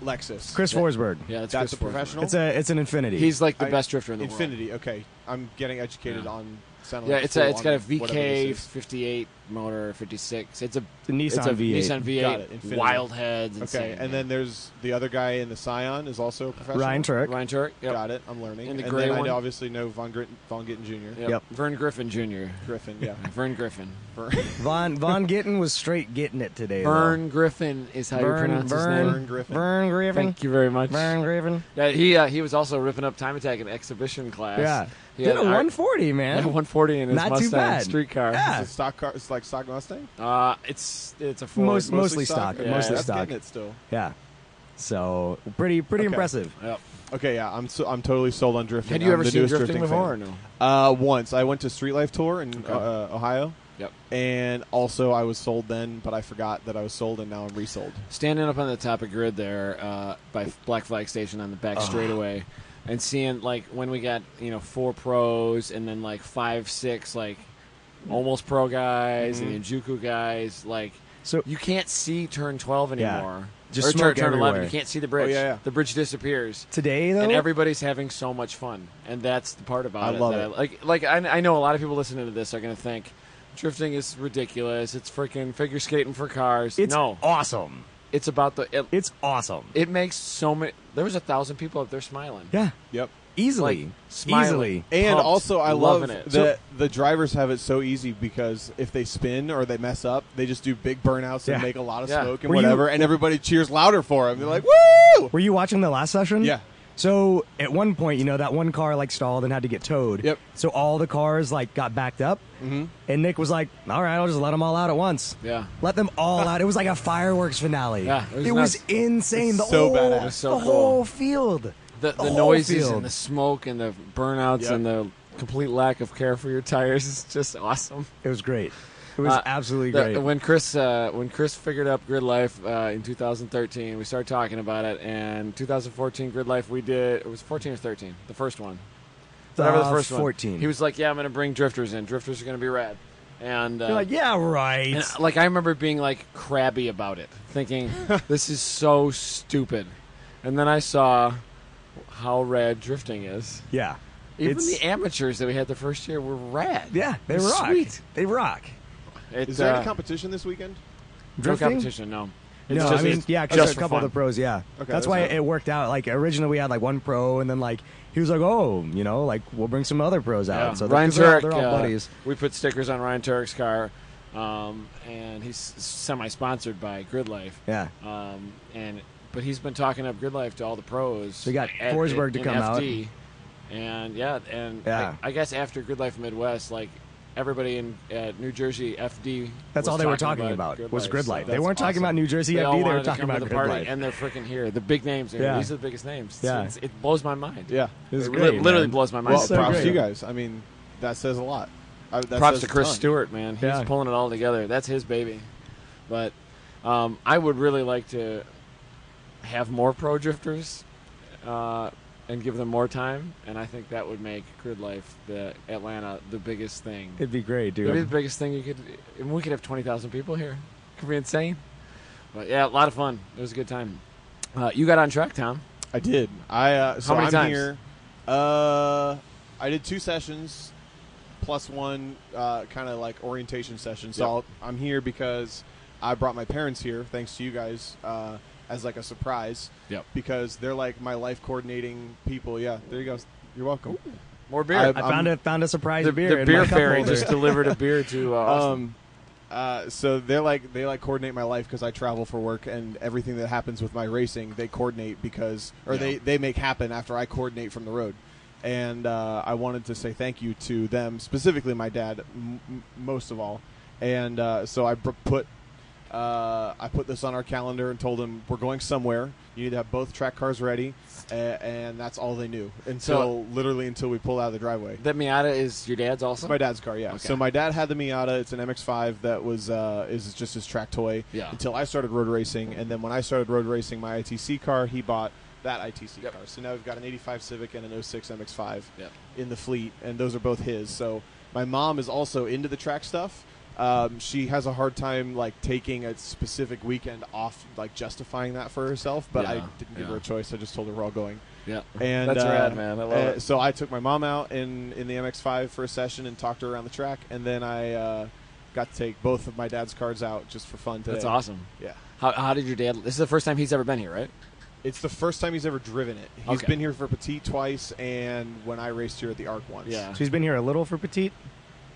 Speaker 2: Lexus?
Speaker 3: Chris Forsberg.
Speaker 4: yeah, that's,
Speaker 2: that's
Speaker 4: Chris
Speaker 2: a
Speaker 4: Forsberg.
Speaker 2: professional.
Speaker 3: It's a. It's an infinity.
Speaker 4: He's like the
Speaker 2: I-
Speaker 4: best drifter in the world.
Speaker 2: Infinity. Okay, I'm getting educated
Speaker 4: Yeah.
Speaker 2: on. Sound
Speaker 4: Yeah,
Speaker 2: like
Speaker 4: it's a,
Speaker 2: fool
Speaker 4: it's got a
Speaker 2: on whatever
Speaker 4: VK
Speaker 2: this is.
Speaker 4: fifty eight motor fifty six. It's a
Speaker 3: The Nissan
Speaker 4: it's a
Speaker 3: V8.
Speaker 4: Nissan V
Speaker 2: Got it,
Speaker 4: eight
Speaker 2: Infinity.
Speaker 4: wild heads.
Speaker 2: Okay,
Speaker 4: insane.
Speaker 2: and then there's the other guy in the Scion is also a professional.
Speaker 3: Ryan Turk.
Speaker 4: Ryan Turk, yep.
Speaker 2: Got it. I'm learning.
Speaker 4: And
Speaker 2: And,
Speaker 4: the gray
Speaker 2: then
Speaker 4: one.
Speaker 2: I obviously know Von, Grit- Von Gittin Jr.
Speaker 4: Yep.
Speaker 3: Yep.
Speaker 4: Vern Griffin Jr.
Speaker 2: Griffin. Yeah.
Speaker 4: Vern Griffin.
Speaker 3: Von Von Gittin was straight getting it today. though.
Speaker 4: Vern Griffin is how you
Speaker 3: Vern
Speaker 4: pronounce his
Speaker 3: Vern
Speaker 4: name.
Speaker 2: Vern Griffin.
Speaker 3: Vern Griffin.
Speaker 4: Thank you very much.
Speaker 3: Vern Griffin.
Speaker 4: Yeah, he uh, he was also ripping up Time Attack in exhibition class.
Speaker 3: Yeah.
Speaker 4: he
Speaker 3: Did
Speaker 4: had
Speaker 3: a
Speaker 4: an art-
Speaker 3: 140,
Speaker 4: yeah,
Speaker 3: man.
Speaker 4: 140 in his
Speaker 3: Not too
Speaker 4: Mustang
Speaker 3: bad.
Speaker 4: street car.
Speaker 3: Yeah.
Speaker 2: It's a stock car. It's like stock Mustang.
Speaker 4: Uh, it's it's a Ford.
Speaker 3: Most- most- Mostly stock,
Speaker 2: Okay,
Speaker 4: mostly
Speaker 2: that's
Speaker 3: stock.
Speaker 2: getting it still.
Speaker 3: Yeah. So pretty pretty
Speaker 2: Okay.
Speaker 3: impressive.
Speaker 4: Yep.
Speaker 2: Okay, yeah, I'm so, I'm totally sold on drifting.
Speaker 4: Had you
Speaker 2: I'm
Speaker 4: ever
Speaker 2: the
Speaker 4: seen
Speaker 2: newest
Speaker 4: drifting,
Speaker 2: drifting
Speaker 4: before? Or
Speaker 2: fan.
Speaker 4: no.
Speaker 2: Uh, once I went to Street Life Tour in
Speaker 4: Okay.
Speaker 2: uh, Ohio,
Speaker 4: Yep.
Speaker 2: and also I was sold then, but I forgot that I was sold, and now I'm resold.
Speaker 4: standing up on the top of grid there uh, by Black Flag Station on the back straightaway, and seeing like when we got you know four pros and then like five six like almost pro guys and the Njuku guys like
Speaker 3: So
Speaker 4: you can't see turn twelve
Speaker 3: Yeah.
Speaker 4: anymore.
Speaker 3: Just
Speaker 4: or turn,
Speaker 3: smoke
Speaker 4: turn eleven,
Speaker 3: everywhere.
Speaker 4: you can't see the bridge.
Speaker 2: Oh, yeah, yeah.
Speaker 4: The bridge disappears.
Speaker 3: today though,
Speaker 4: And everybody's having so much fun, and that's the part about
Speaker 2: I
Speaker 4: it.
Speaker 2: love
Speaker 4: that
Speaker 2: it.
Speaker 4: like, like I, I know a lot of people listening to this are going to think drifting is ridiculous. It's freaking figure skating for cars.
Speaker 3: it's
Speaker 4: no,
Speaker 3: awesome.
Speaker 4: it's about the it,
Speaker 3: It's awesome.
Speaker 4: it makes so many. There was a thousand people up there smiling.
Speaker 3: yeah.
Speaker 2: Yep.
Speaker 3: Easily.
Speaker 4: Like, smiling.
Speaker 3: Easily.
Speaker 2: And
Speaker 4: Pumped,
Speaker 2: also, I love
Speaker 4: loving it.
Speaker 2: that the drivers have it so easy because if they spin or they mess up, they just do big burnouts
Speaker 3: Yeah.
Speaker 2: and make a lot of
Speaker 4: Yeah.
Speaker 2: smoke and
Speaker 3: Were you-
Speaker 2: whatever, and everybody cheers louder for them. They're like, "Woo!"
Speaker 3: Were you watching the last session?
Speaker 2: Yeah.
Speaker 3: So at one point, you know, that one car like stalled and had to get towed.
Speaker 2: Yep.
Speaker 3: So all the cars like got backed up, mm-hmm. and Nick was like, "All right, I'll just let them all out at once."
Speaker 4: Yeah.
Speaker 3: Let them all out. It was like a fireworks finale.
Speaker 4: Yeah, it
Speaker 3: It
Speaker 4: was
Speaker 3: was,
Speaker 4: nuts.
Speaker 3: insane.
Speaker 2: It's
Speaker 3: the
Speaker 2: so
Speaker 3: whole,
Speaker 2: badass. It
Speaker 4: was so
Speaker 3: the
Speaker 4: cool.
Speaker 3: whole field.
Speaker 4: The, the,
Speaker 3: whole
Speaker 4: noises
Speaker 3: field.
Speaker 4: and the smoke and the burnouts
Speaker 2: Yep.
Speaker 4: and the complete lack of care for your tires is just awesome.
Speaker 3: It was great. It was
Speaker 4: Uh,
Speaker 3: absolutely
Speaker 4: the-
Speaker 3: great.
Speaker 4: when Chris uh, when Chris figured up Grid Life uh, in 2013, we started talking about it. And 2014 Grid Life, we did it was 14 or 13, the first one. Whatever the
Speaker 3: Uh,
Speaker 4: first one.
Speaker 3: 14.
Speaker 4: He was like, "Yeah, I'm going to bring drifters in. Drifters are going to be rad." And uh,
Speaker 3: You're like, yeah, right.
Speaker 4: And, like I remember being like crabby about it, thinking this is so stupid. And then I saw how rad drifting is.
Speaker 3: yeah.
Speaker 4: Even
Speaker 3: It's-
Speaker 4: the amateurs that we had the first year were rad.
Speaker 3: Yeah, they
Speaker 4: It's
Speaker 3: rock.
Speaker 4: Sweet.
Speaker 3: They rock.
Speaker 4: It's,
Speaker 2: Is there
Speaker 4: uh,
Speaker 2: any competition this weekend?
Speaker 4: no
Speaker 3: Drifting?
Speaker 4: competition? No. It's
Speaker 3: no,
Speaker 4: just,
Speaker 3: I mean,
Speaker 4: it's
Speaker 3: yeah, 'cause
Speaker 4: just
Speaker 3: a
Speaker 4: for
Speaker 3: couple
Speaker 4: fun.
Speaker 3: of the pros, yeah.
Speaker 2: Okay,
Speaker 3: that's
Speaker 2: that's
Speaker 3: why
Speaker 2: right.
Speaker 3: it worked out. Like originally, we had like one pro, and then like he was like, "Oh, you know, like we'll bring some other pros out."
Speaker 4: Yeah.
Speaker 3: So
Speaker 4: Ryan
Speaker 3: they're, 'cause
Speaker 4: Turek,
Speaker 3: they're all, they're all
Speaker 4: uh,
Speaker 3: buddies.
Speaker 4: we put stickers on Ryan Turek's car, um, and he's semi-sponsored by Grid Life.
Speaker 3: Yeah,
Speaker 4: Um, and but he's been talking up Grid Life to all the pros.
Speaker 3: We got
Speaker 4: at-
Speaker 3: Forsberg to
Speaker 4: in
Speaker 3: come
Speaker 4: FD. and yeah, and
Speaker 3: Yeah.
Speaker 4: I, I guess after Grid Life Midwest, like everybody in uh, New Jersey FD.
Speaker 3: That's
Speaker 4: was
Speaker 3: all they were talking about, was grid light. They weren't talking about New Jersey
Speaker 4: They all
Speaker 3: FD. They
Speaker 4: wanted
Speaker 3: were
Speaker 4: to
Speaker 3: talking
Speaker 4: come to
Speaker 3: about
Speaker 4: the
Speaker 3: grid
Speaker 4: party,
Speaker 3: light.
Speaker 4: and they're freaking here. The big names. Here.
Speaker 3: Yeah.
Speaker 4: These are the biggest names.
Speaker 3: Yeah.
Speaker 4: It's- it blows my mind.
Speaker 2: Yeah.
Speaker 3: It was
Speaker 4: It
Speaker 3: great,
Speaker 4: li- literally
Speaker 3: man.
Speaker 4: blows my mind.
Speaker 2: Well,
Speaker 3: so
Speaker 2: props
Speaker 3: great.
Speaker 2: to you guys. I mean, that says a lot. I, that
Speaker 4: props
Speaker 2: says
Speaker 4: to
Speaker 2: a
Speaker 4: Chris
Speaker 2: ton.
Speaker 4: Stewart, man. He's
Speaker 3: Yeah.
Speaker 4: pulling it all together. That's his baby. But um, I would really like to have more pro drifters uh, and give them more time. And I think that would make grid life the Atlanta the biggest thing.
Speaker 3: It'd be great,
Speaker 4: It'd be
Speaker 3: dude.
Speaker 4: the biggest thing you could. And we could have twenty thousand people here. Could be insane. But yeah, a lot of fun. It was a good time. Uh, you got on track, Tom.
Speaker 2: I did. I uh, so
Speaker 4: many
Speaker 2: I'm
Speaker 4: times?
Speaker 2: here. Uh, I did two sessions, plus one uh, kind of like orientation session. So
Speaker 4: Yep.
Speaker 2: I'll, I'm here because I brought my parents here, thanks to you guys, uh, as like a surprise.
Speaker 4: Yep.
Speaker 2: Because they're like my life coordinating people. Yeah. There you go. You're welcome.
Speaker 4: More beer.
Speaker 2: I-
Speaker 3: I found a found a surprise
Speaker 4: the
Speaker 3: beer.
Speaker 4: the
Speaker 3: in
Speaker 4: beer
Speaker 3: my cup
Speaker 4: fairy
Speaker 3: holder.
Speaker 4: just delivered a beer to. Uh, Austin.
Speaker 2: Um, uh, so they're like they like coordinate my life because I travel for work and everything that happens with my racing they coordinate because or they they make happen after I coordinate from the road. And uh, I wanted to say thank you to them specifically my dad m- m- most of all. And uh, so I br- put uh, I put this on our calendar and told them we're going somewhere. You need to have both track cars ready, a- and that's all they knew until
Speaker 4: So-
Speaker 2: literally until we pulled out of the driveway.
Speaker 4: that Miata is your dad's also.
Speaker 2: My dad's car, yeah.
Speaker 4: Okay.
Speaker 2: So my dad had the Miata. It's an MX-5 that was uh, is just his track toy.
Speaker 4: Yeah.
Speaker 2: Until I started road racing, and then when I started road racing, my ITC car, he bought that ITC
Speaker 4: Yep.
Speaker 2: car. So now we've got an '85 Civic and an 06 MX-5
Speaker 4: Yep.
Speaker 2: in the fleet, and those are both his. So my mom is also into the track stuff. Um, she has a hard time like taking a specific weekend off, like justifying that for herself. But I
Speaker 4: Yeah,
Speaker 2: didn't give
Speaker 4: yeah.
Speaker 2: her a choice. I just told her we're all going.
Speaker 4: Yeah.
Speaker 2: And
Speaker 4: That's
Speaker 2: uh,
Speaker 4: rad, man. I love
Speaker 2: uh,
Speaker 4: it.
Speaker 2: So I took my mom out in in the MX5 for a session and talked her around the track, and then I uh, got to take both of my dad's cars out just for fun today.
Speaker 4: That's awesome.
Speaker 2: Yeah,
Speaker 4: How, how did your dad? This is the first time he's ever been here, right?
Speaker 2: it's the first time he's ever driven it. He's
Speaker 4: Okay.
Speaker 2: been here for Petit twice, and when I raced here at the Arc once.
Speaker 4: Yeah.
Speaker 3: She's been here a little for petite.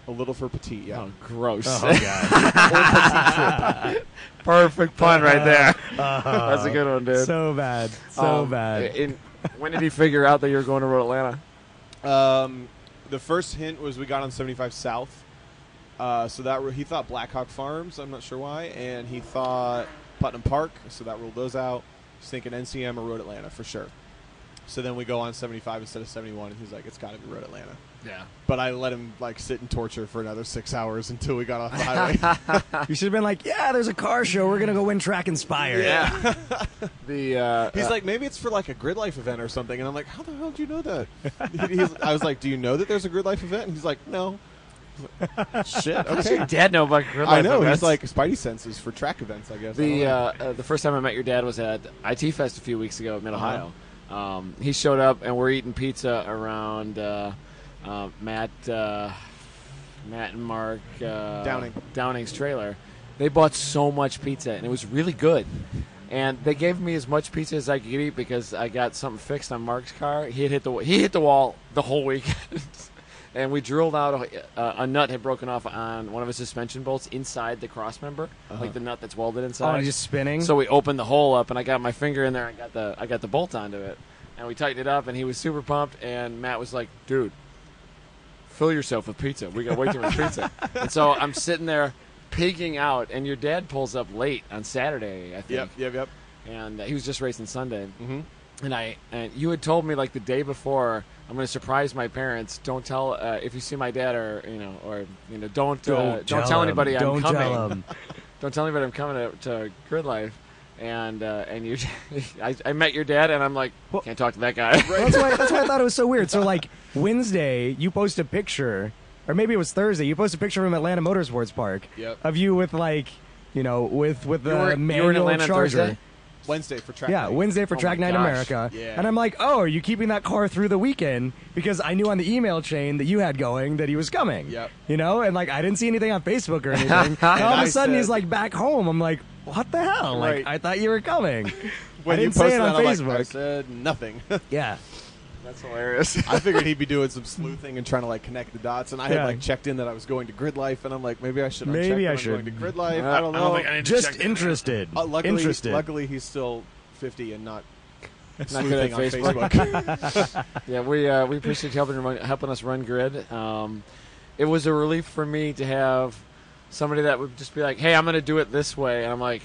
Speaker 2: a little for Petit. Yeah,
Speaker 4: Oh, gross.
Speaker 3: god.
Speaker 4: Perfect pun right there. That's a good one, dude.
Speaker 3: so bad. So
Speaker 4: Um,
Speaker 3: bad.
Speaker 4: in- when did he figure out that you were going to Road Atlanta?
Speaker 2: Um, the first hint was we got on 75 South. Uh, so that ru- he thought Blackhawk Farms. I'm not sure why, and he thought Putnam Park. So that ruled those out. He's thinking NCM or Road Atlanta for sure. So then we go on 75 instead of 71, and he's like, "It's got to be Road Atlanta."
Speaker 4: Yeah.
Speaker 2: But I let him like sit in torture for another six hours until we got off the highway.
Speaker 3: you should have been like, yeah, there's a car show. We're gonna go win track inspired.
Speaker 4: Yeah. the uh,
Speaker 2: he's
Speaker 4: uh,
Speaker 2: like, "Maybe it's for like a grid life event or something," and I'm like, "How the hell do you know that?" He- he's- I was like, "Do you know that there's a grid life event?" And he's like, "No." Shit. Okay.
Speaker 4: your dad know about Grid
Speaker 2: I
Speaker 4: Life
Speaker 2: know
Speaker 4: events?
Speaker 2: he's like Spidey senses for track events. I guess I don't
Speaker 4: the
Speaker 2: know. Uh-huh.
Speaker 4: uh, uh, the first time I met your dad was at IT Fest a few weeks ago at Mid Ohio. Um, he showed up and we're eating pizza around uh, uh, Matt uh, Matt and Mark uh,
Speaker 2: Downing.
Speaker 4: Downing's trailer. They bought so much pizza and it was really good. And they gave me as much pizza as I could eat because I got something fixed on Mark's car. He had hit the he hit the wall the whole weekend. And we drilled out a, uh, a, a nut had broken off on one of his suspension bolts inside the cross member,
Speaker 2: Uh-huh.
Speaker 4: like the nut that's welded inside.
Speaker 3: Oh, and it's just spinning?
Speaker 4: So we opened the hole up, and I got my finger in there. I got the I got the bolt onto it, and we tightened it up. And he was super pumped. And Matt was like, "Dude, fill yourself with pizza. We got way too much pizza." And so I'm sitting there pigging out, and your dad pulls up late on Saturday, I think
Speaker 2: Yep, yep, yep.
Speaker 4: and uh, he was just racing Sunday. Mm-hmm. And I and you had told me like the day before I'm going to surprise my parents. Don't tell uh, if you see my dad or you know or you know don't uh, don't tell,
Speaker 3: him.
Speaker 4: anybody
Speaker 3: Don't
Speaker 4: I'm coming.
Speaker 3: tell him.
Speaker 4: Don't tell anybody I'm coming to, to Grid Life. And uh, and you, I, I met your dad, and I'm like, can't talk to that guy.
Speaker 3: Well, that's why. That's why I thought it was so weird. So like Wednesday, you post a picture, or maybe it was Thursday. You post a picture from Atlanta Motorsports Park
Speaker 2: Yep.
Speaker 3: of you with like, you know, with with the
Speaker 4: were- you were in
Speaker 3: manual
Speaker 4: Atlanta on
Speaker 3: charger.
Speaker 4: Thursday?
Speaker 2: Wednesday for track.
Speaker 3: Yeah,
Speaker 2: night.
Speaker 3: Wednesday for
Speaker 4: Oh
Speaker 3: Track
Speaker 4: my
Speaker 3: Night
Speaker 4: gosh.
Speaker 3: America.
Speaker 2: Yeah.
Speaker 3: And I'm like, oh, are you keeping that car through the weekend? Because I knew on the email chain that you had going that he was coming.
Speaker 2: Yep.
Speaker 3: You know, and like I didn't see anything on Facebook or anything. and all of
Speaker 2: I
Speaker 3: a sudden he's
Speaker 2: said-
Speaker 3: like back home. I'm like, what the hell? Like
Speaker 2: Right.
Speaker 3: I thought you were coming.
Speaker 2: When
Speaker 3: I
Speaker 2: you
Speaker 3: didn't say
Speaker 2: posted
Speaker 3: it on
Speaker 2: that, I'm like,
Speaker 3: Facebook.
Speaker 2: I said nothing.
Speaker 3: yeah.
Speaker 4: That's hilarious.
Speaker 2: I figured he'd be doing some sleuthing and trying to like connect the dots, and I
Speaker 3: Yeah.
Speaker 2: had like checked in that I was going to Grid Life, and I'm like, maybe I should. uncheck
Speaker 3: Maybe
Speaker 2: that
Speaker 3: I
Speaker 2: I'm
Speaker 3: should.
Speaker 2: Going to Grid Life. I don't know.
Speaker 6: think I need to check
Speaker 3: Just
Speaker 6: that.
Speaker 3: interested.
Speaker 2: Uh, luckily,
Speaker 3: interested.
Speaker 2: luckily he's still 50 and not.
Speaker 4: Not good at
Speaker 2: sleuthing on
Speaker 4: Facebook.
Speaker 2: Facebook.
Speaker 4: Yeah, we uh, we appreciate you helping run, helping us run grid. Um, it was a relief for me to have somebody that would just be like, "Hey, I'm going to do it this way," and I'm like,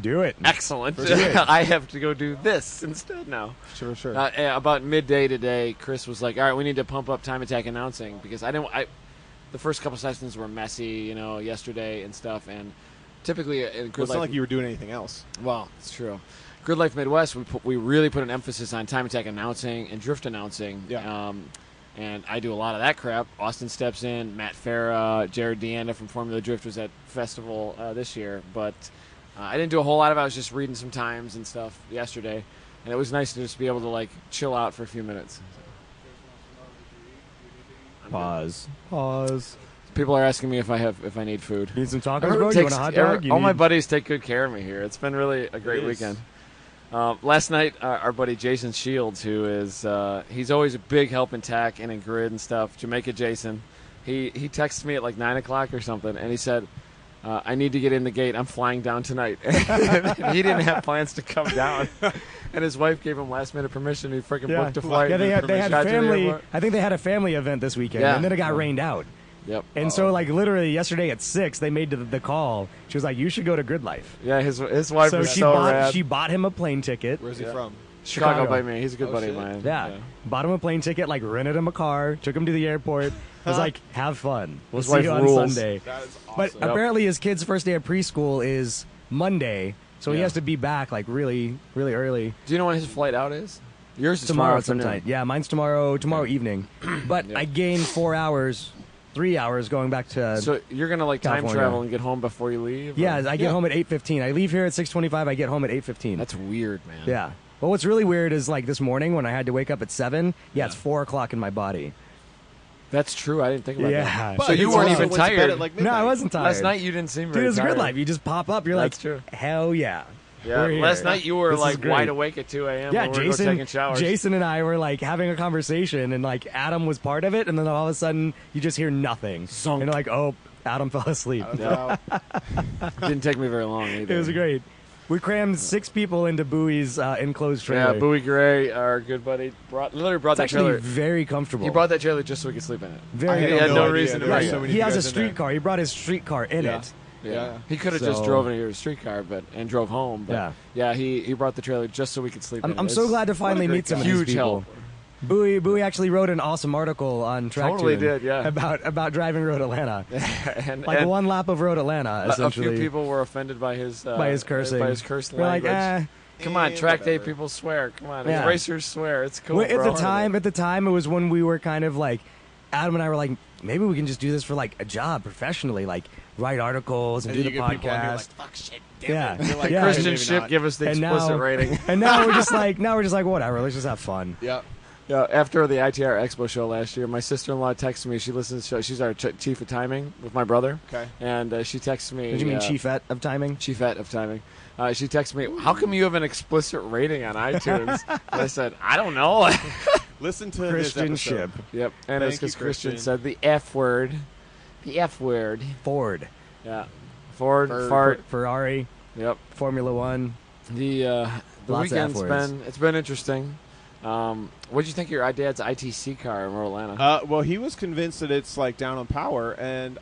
Speaker 1: Do it.
Speaker 3: Mm.
Speaker 4: "Excellent! I have to go do this instead now."
Speaker 2: Sure, sure.
Speaker 4: Uh, eh, about midday today, Chris was like, "All right, we need to pump up time attack announcing because I didn't. I the first couple sessions were messy, you know, yesterday and stuff, and typically, uh, in Grid
Speaker 2: Well, it's not
Speaker 4: Life-
Speaker 2: like you were doing anything else.
Speaker 4: well, it's true. Grid Life Midwest, we put, we really put an emphasis on time attack announcing and drift announcing.
Speaker 2: Yeah.
Speaker 4: Um, and I do a lot of that crap. Austin steps in. Matt Farah, Jared Deanda from Formula Drift was at festival uh, this year, but uh, I didn't do a whole lot of. it. I was just reading some times and stuff yesterday, and it was nice to just be able to like chill out for a few minutes.
Speaker 1: Pause.
Speaker 3: Pause.
Speaker 4: People are asking me if I have if I need food.
Speaker 3: You need some tacos,
Speaker 4: Everyone
Speaker 3: bro? You
Speaker 4: takes-
Speaker 3: want a hot
Speaker 4: every-
Speaker 3: dog? You
Speaker 4: all my
Speaker 3: need-
Speaker 4: buddies take good care of me here. It's been really a great
Speaker 2: is.
Speaker 4: weekend. Uh, last night, our, our buddy Jason Shields, who is uh, he's always a big help in tech and in grid and stuff. Jamaica Jason, he he texted me at like nine o'clock or something, and he said. Uh, I need to get in the gate. I'm flying down tonight. And he didn't have plans to come down, and his wife gave him last minute permission. He freaking
Speaker 3: Yeah.
Speaker 4: booked a flight.
Speaker 3: Yeah, they
Speaker 4: and
Speaker 3: had, they had
Speaker 4: got to the
Speaker 3: family.
Speaker 4: airport.
Speaker 3: I think they had a family event this weekend,
Speaker 4: Yeah. Oh.
Speaker 3: and then it got rained out.
Speaker 4: Yep.
Speaker 3: And so, like literally yesterday at six, they made the, the call. She was like, "You should go to Grid Life."
Speaker 4: Yeah, his his wife
Speaker 3: So
Speaker 4: was
Speaker 3: she
Speaker 4: so
Speaker 3: bought
Speaker 4: rad.
Speaker 3: she bought him a plane ticket.
Speaker 2: Where's he from?
Speaker 4: Chicago,
Speaker 3: Chicago.
Speaker 4: by me. He's a good buddy of
Speaker 2: shit.
Speaker 4: mine.
Speaker 3: Yeah. Bought him a plane ticket, like rented him a car, took him to the airport. Was like, have fun. We'll
Speaker 4: His
Speaker 3: see you
Speaker 4: wife
Speaker 3: on
Speaker 4: rules.
Speaker 3: Sunday.
Speaker 2: That is awesome.
Speaker 3: But apparently his kid's first day of preschool is Monday, so he
Speaker 4: Yeah.
Speaker 3: has to be back like really, really early.
Speaker 4: Do you know when his flight out is? Yours is
Speaker 3: tomorrow,
Speaker 4: afternoon.
Speaker 3: sometime. Yeah, mine's tomorrow tomorrow evening. But
Speaker 4: Yeah.
Speaker 3: I gain four hours, three hours going back to
Speaker 4: So you're gonna like time
Speaker 3: California.
Speaker 4: travel and get home before you leave? or-
Speaker 3: Yeah, I get home at eight fifteen. I leave here at six twenty five, I get home at eight fifteen.
Speaker 4: that's weird, man.
Speaker 3: yeah. Well what's really weird is like this morning when I had to wake up at seven, yeah, it's four o'clock in my body.
Speaker 4: that's true. I didn't think about
Speaker 3: Yeah.
Speaker 4: that.
Speaker 3: But
Speaker 4: so you
Speaker 2: it's
Speaker 4: weren't
Speaker 2: also
Speaker 4: even
Speaker 2: went to bed
Speaker 4: tired.
Speaker 2: at, like,
Speaker 3: No, I
Speaker 2: midnight.
Speaker 3: wasn't tired.
Speaker 4: Last night you didn't seem very
Speaker 3: Dude, it's
Speaker 4: tired.
Speaker 3: good life. You just pop up. You're
Speaker 4: That's
Speaker 3: like,
Speaker 4: true.
Speaker 3: hell yeah.
Speaker 4: Yeah,
Speaker 3: We're here.
Speaker 4: last night you were
Speaker 3: This is
Speaker 4: like
Speaker 3: great.
Speaker 4: wide awake at 2 a.m.
Speaker 3: Yeah,
Speaker 4: when we were
Speaker 3: Jason.
Speaker 4: taking showers.
Speaker 3: Jason and I were like having a conversation, and like Adam was part of it, and then all of a sudden you just hear nothing,
Speaker 4: Zonk.
Speaker 3: and you're like, oh, Adam fell asleep.
Speaker 4: Yeah. didn't take me very long either.
Speaker 3: It was great. We crammed six people into Bowie's uh, enclosed
Speaker 4: Yeah,
Speaker 3: trailer.
Speaker 4: Bowie Gray, our good buddy, brought literally brought
Speaker 3: It's
Speaker 4: that
Speaker 3: actually
Speaker 4: trailer.
Speaker 3: very comfortable.
Speaker 4: He brought that trailer just so we could sleep in it.
Speaker 2: I
Speaker 3: very.
Speaker 4: he had
Speaker 2: no
Speaker 4: no
Speaker 2: idea
Speaker 4: reason to
Speaker 2: there were
Speaker 4: bring it.
Speaker 2: so many
Speaker 3: he
Speaker 2: of you
Speaker 3: has a
Speaker 2: guys in there.
Speaker 3: streetcar. He brought his streetcar in
Speaker 2: Yeah.
Speaker 3: it.
Speaker 2: Yeah.
Speaker 4: He could have
Speaker 3: So-
Speaker 4: just drove in here a streetcar, but and drove home. But
Speaker 3: Yeah.
Speaker 4: yeah, he, he brought the trailer just so we could sleep. in
Speaker 3: I'm,
Speaker 4: it.
Speaker 3: I'm so
Speaker 4: It's-
Speaker 3: glad to
Speaker 4: what a
Speaker 3: finally
Speaker 4: great
Speaker 3: meet some
Speaker 4: guy.
Speaker 3: of these
Speaker 4: huge
Speaker 3: people.
Speaker 4: help.
Speaker 3: Bowie Bowie actually wrote an awesome article on track
Speaker 4: Totally
Speaker 3: Tune
Speaker 4: did, yeah.
Speaker 3: about about driving Road Atlanta,
Speaker 4: And,
Speaker 3: like
Speaker 4: and
Speaker 3: one lap of Road Atlanta
Speaker 4: a- a
Speaker 3: essentially
Speaker 4: few people were offended by his uh,
Speaker 3: by his cursing.
Speaker 4: By his curse
Speaker 3: We're like,
Speaker 4: language.
Speaker 3: eh.
Speaker 4: Come on,
Speaker 2: Eh,
Speaker 4: track day
Speaker 2: whatever.
Speaker 4: people swear. Come on,
Speaker 3: Yeah.
Speaker 4: racers swear. It's cool.
Speaker 3: Well, at
Speaker 4: bro.
Speaker 3: the time, at the time, it was when we were kind of like, Adam and I were like, maybe we can just do this for like a job professionally, like write articles and,
Speaker 2: And you
Speaker 3: do the
Speaker 2: get people on here like,
Speaker 3: podcast.
Speaker 6: Fuck shit.
Speaker 3: yeah,
Speaker 2: like,
Speaker 3: yeah.
Speaker 2: Christian
Speaker 4: Christian
Speaker 2: Maybe
Speaker 4: ship,
Speaker 2: not.
Speaker 4: give us the
Speaker 3: And
Speaker 4: explicit
Speaker 3: now-
Speaker 4: rating.
Speaker 3: and now we're just like, now we're just like, whatever. Let's just have fun.
Speaker 2: Yeah.
Speaker 4: Yeah, after the ITR Expo show last year, my sister-in-law texted me. She listens. To, she's our ch- chief of timing with my brother.
Speaker 2: Okay.
Speaker 4: and uh, she texted me.
Speaker 3: Did you mean
Speaker 4: uh,
Speaker 3: chief at of timing?
Speaker 4: Chiefette of timing. Uh, she texted me, "How come you have an explicit rating on iTunes?" and I said, "I don't know."
Speaker 2: Listen to
Speaker 3: Christian
Speaker 2: this episode.
Speaker 3: Ship
Speaker 4: yep, and it's
Speaker 2: Thank you,
Speaker 4: because Christian.
Speaker 2: Christian.
Speaker 4: said the F word, the F word.
Speaker 3: Ford,
Speaker 4: Yeah, Ford,
Speaker 2: Ford.
Speaker 4: fart.
Speaker 3: Ferrari,
Speaker 4: Yep.
Speaker 3: Formula One.
Speaker 4: The uh, the
Speaker 3: Lots of F
Speaker 4: weekend's
Speaker 3: words.
Speaker 4: been it's been interesting. Um, what would you think of your dad's ITC car in Atlanta?
Speaker 2: Uh, well, he was convinced that it's like down on power, and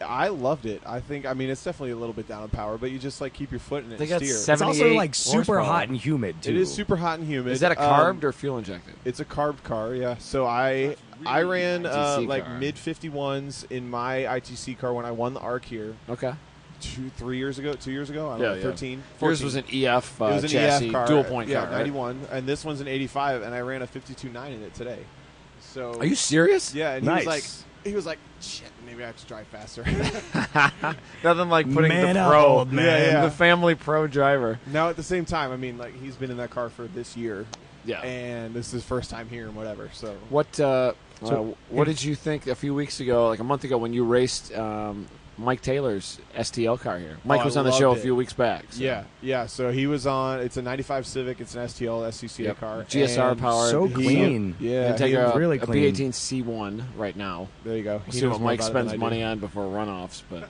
Speaker 2: I loved it. I think. I mean, it's definitely a little bit down on power, but you just like keep your foot in it.
Speaker 4: They
Speaker 2: and
Speaker 4: got
Speaker 2: steer.
Speaker 4: seven-
Speaker 3: It's also
Speaker 4: 78
Speaker 3: like super
Speaker 4: horsepower.
Speaker 3: hot and humid too.
Speaker 2: It is super hot and humid.
Speaker 4: Is that a
Speaker 2: Um,
Speaker 4: carbed or fuel injected?
Speaker 2: It's a carved car, yeah. So I I ran uh,
Speaker 4: ITC
Speaker 2: like
Speaker 4: car.
Speaker 2: mid 51s in my ITC car when I won the ARC here
Speaker 4: Okay.
Speaker 2: two three years ago, two years ago. I don't
Speaker 4: Yeah,
Speaker 2: know,
Speaker 4: yeah.
Speaker 2: 13. 14.
Speaker 4: Yours was an EF uh,
Speaker 2: it was an
Speaker 4: chassis,
Speaker 2: EF car,
Speaker 4: dual point
Speaker 2: yeah,
Speaker 4: car. right?
Speaker 2: 91, and this one's an 85, and I ran a 52.9 in it today. So
Speaker 4: Are you serious?
Speaker 2: Yeah, and
Speaker 3: Nice.
Speaker 2: he was like, he was like, shit, maybe I have to drive faster.
Speaker 4: Nothing like putting
Speaker 3: Man
Speaker 4: the
Speaker 3: up,
Speaker 4: pro,
Speaker 3: old man.
Speaker 2: Yeah, yeah.
Speaker 4: the family pro driver.
Speaker 2: now at the same time, I mean, like he's been in that car for this year,
Speaker 4: Yeah.
Speaker 2: and this is his first time here and whatever. So
Speaker 4: What uh,
Speaker 3: So-
Speaker 4: uh, What did you think a few weeks ago, like a month ago, when you raced um, Mike Taylor's STL car here? Mike
Speaker 2: Oh, I
Speaker 4: was on the
Speaker 2: loved
Speaker 4: show a
Speaker 2: it.
Speaker 4: few weeks back. so-
Speaker 2: Yeah, yeah. So he was on. It's a '95 Civic. It's an STL SCCA
Speaker 4: Yep.
Speaker 2: car.
Speaker 4: GSR
Speaker 2: and
Speaker 4: powered.
Speaker 3: so
Speaker 2: he-
Speaker 3: clean.
Speaker 2: Yeah. he-
Speaker 4: Integra,
Speaker 3: really
Speaker 4: a
Speaker 3: clean.
Speaker 4: B18 C1 right now.
Speaker 2: there you go.
Speaker 4: We'll
Speaker 2: He
Speaker 4: see
Speaker 2: knows
Speaker 4: what
Speaker 2: more
Speaker 4: Mike
Speaker 2: about it than
Speaker 4: spends
Speaker 2: I do.
Speaker 4: money on before runoffs, but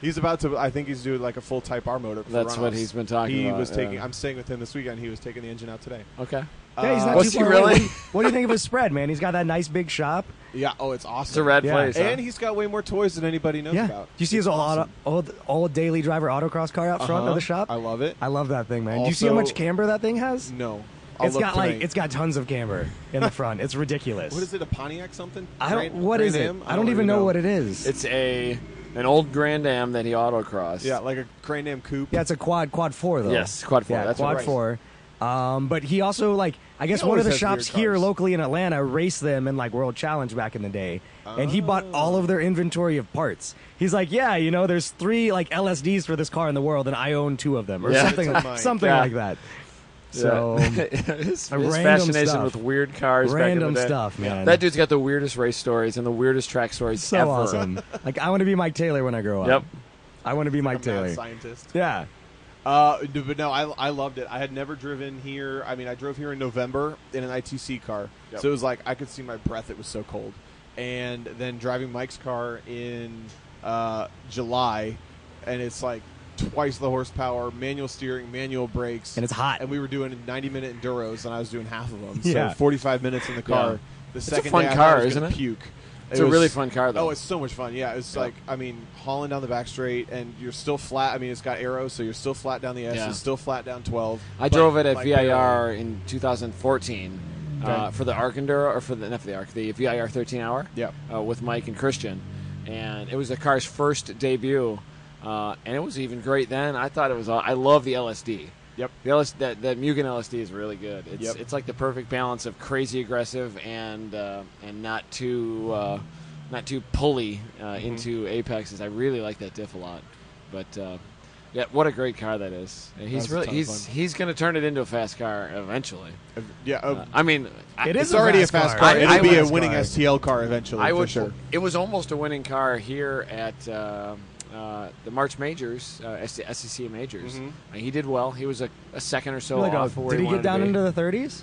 Speaker 2: He's about to. I think he's doing like a full Type R motor. For
Speaker 4: That's what
Speaker 2: runoffs.
Speaker 4: he's been talking
Speaker 2: He
Speaker 4: about,
Speaker 2: was taking.
Speaker 4: yeah.
Speaker 2: I'm staying with him this weekend. He Uh, was taking the engine out today.
Speaker 4: okay.
Speaker 3: Yeah, he's not
Speaker 4: Was
Speaker 3: too
Speaker 4: he
Speaker 3: far away.
Speaker 4: really?
Speaker 3: What do, you, what do you think of his spread, man? He's got that nice big shop.
Speaker 2: Yeah. Oh, it's awesome.
Speaker 4: It's a rad
Speaker 3: Yeah.
Speaker 4: place. huh?
Speaker 2: And he's got way more toys than anybody knows
Speaker 3: yeah.
Speaker 2: about.
Speaker 3: Do you see his old, auto, old old daily driver autocross car out front
Speaker 2: Uh-huh.
Speaker 3: of the shop?
Speaker 2: I love it.
Speaker 3: I love that thing, man. do you see how
Speaker 2: Also-
Speaker 3: much camber that thing has?
Speaker 2: no. I'll
Speaker 3: it's
Speaker 2: look
Speaker 3: got like
Speaker 2: tonight.
Speaker 3: it's got tons of camber in the front. It's ridiculous.
Speaker 2: What is it? A Pontiac something?
Speaker 3: I don't.
Speaker 2: Grand-
Speaker 3: what
Speaker 2: Grand
Speaker 3: is it?
Speaker 2: Am?
Speaker 3: I don't even know what it is.
Speaker 4: It's a an old Grand Am that he autocrossed.
Speaker 2: Yeah, like a Grand Am coupe.
Speaker 3: yeah, it's a quad quad four though.
Speaker 4: Yes, quad four,
Speaker 3: Yeah,
Speaker 4: that's
Speaker 3: quad
Speaker 4: right.
Speaker 3: four. Um, but he also like I guess
Speaker 2: He
Speaker 3: one of
Speaker 2: always
Speaker 3: the
Speaker 2: has
Speaker 3: shops
Speaker 2: weird
Speaker 3: here
Speaker 2: cars.
Speaker 3: locally in Atlanta raced them in like World Challenge back in the day, and he bought
Speaker 4: Oh.
Speaker 3: all of their inventory of parts. He's like, yeah, you know, there's three like LSDs for this car in the world, and I own two of them or
Speaker 4: Yeah.
Speaker 2: It's
Speaker 3: something
Speaker 2: mine.
Speaker 3: something
Speaker 4: Yeah.
Speaker 3: like that.
Speaker 4: Yeah.
Speaker 3: So
Speaker 4: his, his
Speaker 3: Random
Speaker 4: fascination
Speaker 3: stuff.
Speaker 4: with weird cars, back in
Speaker 3: random
Speaker 4: the day.
Speaker 3: stuff, man.
Speaker 4: That dude's got the weirdest race stories and the weirdest track stories
Speaker 3: so
Speaker 4: ever.
Speaker 3: awesome. like I want to be Mike Taylor when I grow up.
Speaker 4: Yep.
Speaker 3: I want to be Mike
Speaker 2: I'm not a
Speaker 3: Taylor.
Speaker 2: scientist.
Speaker 3: Yeah.
Speaker 2: Uh, d- but no, I, I loved it. I had never driven here. I mean, I drove here in November in an ITC car,
Speaker 4: Yep.
Speaker 2: so it was like I could see my breath. It was so cold. And then driving Mike's car in uh, July, and it's like twice the horsepower, manual steering, manual brakes,
Speaker 3: And it's hot.
Speaker 2: And we were doing 90 minute enduros, and I was doing half of them.
Speaker 3: Yeah.
Speaker 2: So 45 minutes in the car.
Speaker 4: Yeah.
Speaker 2: The
Speaker 4: a
Speaker 2: second
Speaker 4: fun
Speaker 2: day, I thought
Speaker 4: car,
Speaker 2: I was
Speaker 4: isn't
Speaker 2: gonna
Speaker 4: it?
Speaker 2: Puke.
Speaker 4: It's
Speaker 2: It
Speaker 4: a
Speaker 2: was-
Speaker 4: really fun car, though.
Speaker 2: Oh, it's so much fun. Yeah, it's
Speaker 4: Yeah.
Speaker 2: like I mean, hauling down the back straight, and you're still flat. I mean, it's got arrows, so you're still flat down the S.
Speaker 4: Yeah.
Speaker 2: It's still flat down 12.
Speaker 4: I
Speaker 2: but,
Speaker 4: drove it at
Speaker 2: like,
Speaker 4: VIR in 2014 uh, for the Arc Enduro, or for the not for the Arc, the VIR 13 hour.
Speaker 2: Yep.
Speaker 4: Uh, with Mike and Christian, and it was the car's first debut, uh, and it was even great then. I thought it was. aw- I love the LSD.
Speaker 2: Yep.
Speaker 4: The LS, that that Mugen LSD is really good. It's
Speaker 2: Yep.
Speaker 4: it's like the perfect balance of crazy aggressive and uh, and not too uh, not too pulley uh, into apexes. I really like that diff a lot, but. Uh, yeah, what a great car that is. And he's
Speaker 2: That's a
Speaker 4: really
Speaker 2: ton of
Speaker 4: he's
Speaker 2: fun.
Speaker 4: he's going to turn it into a fast car eventually.
Speaker 2: Yeah, uh,
Speaker 4: I mean, I-
Speaker 3: It
Speaker 2: it's
Speaker 3: is a
Speaker 2: already
Speaker 3: fast
Speaker 2: a fast
Speaker 3: car.
Speaker 2: car.
Speaker 4: I-
Speaker 2: It'll
Speaker 4: I
Speaker 2: be a
Speaker 3: would-
Speaker 2: winning
Speaker 3: car.
Speaker 2: STL car eventually,
Speaker 4: I would.
Speaker 2: for sure.
Speaker 4: It was almost a winning car here at uh, uh, the March Majors, uh, S- SCCA Majors. Uh, he did well. He was a, a second or so
Speaker 3: Like, oh,
Speaker 4: off. for where
Speaker 3: did he
Speaker 4: wanted
Speaker 3: get
Speaker 4: to
Speaker 3: down
Speaker 4: be.
Speaker 3: into the 30s?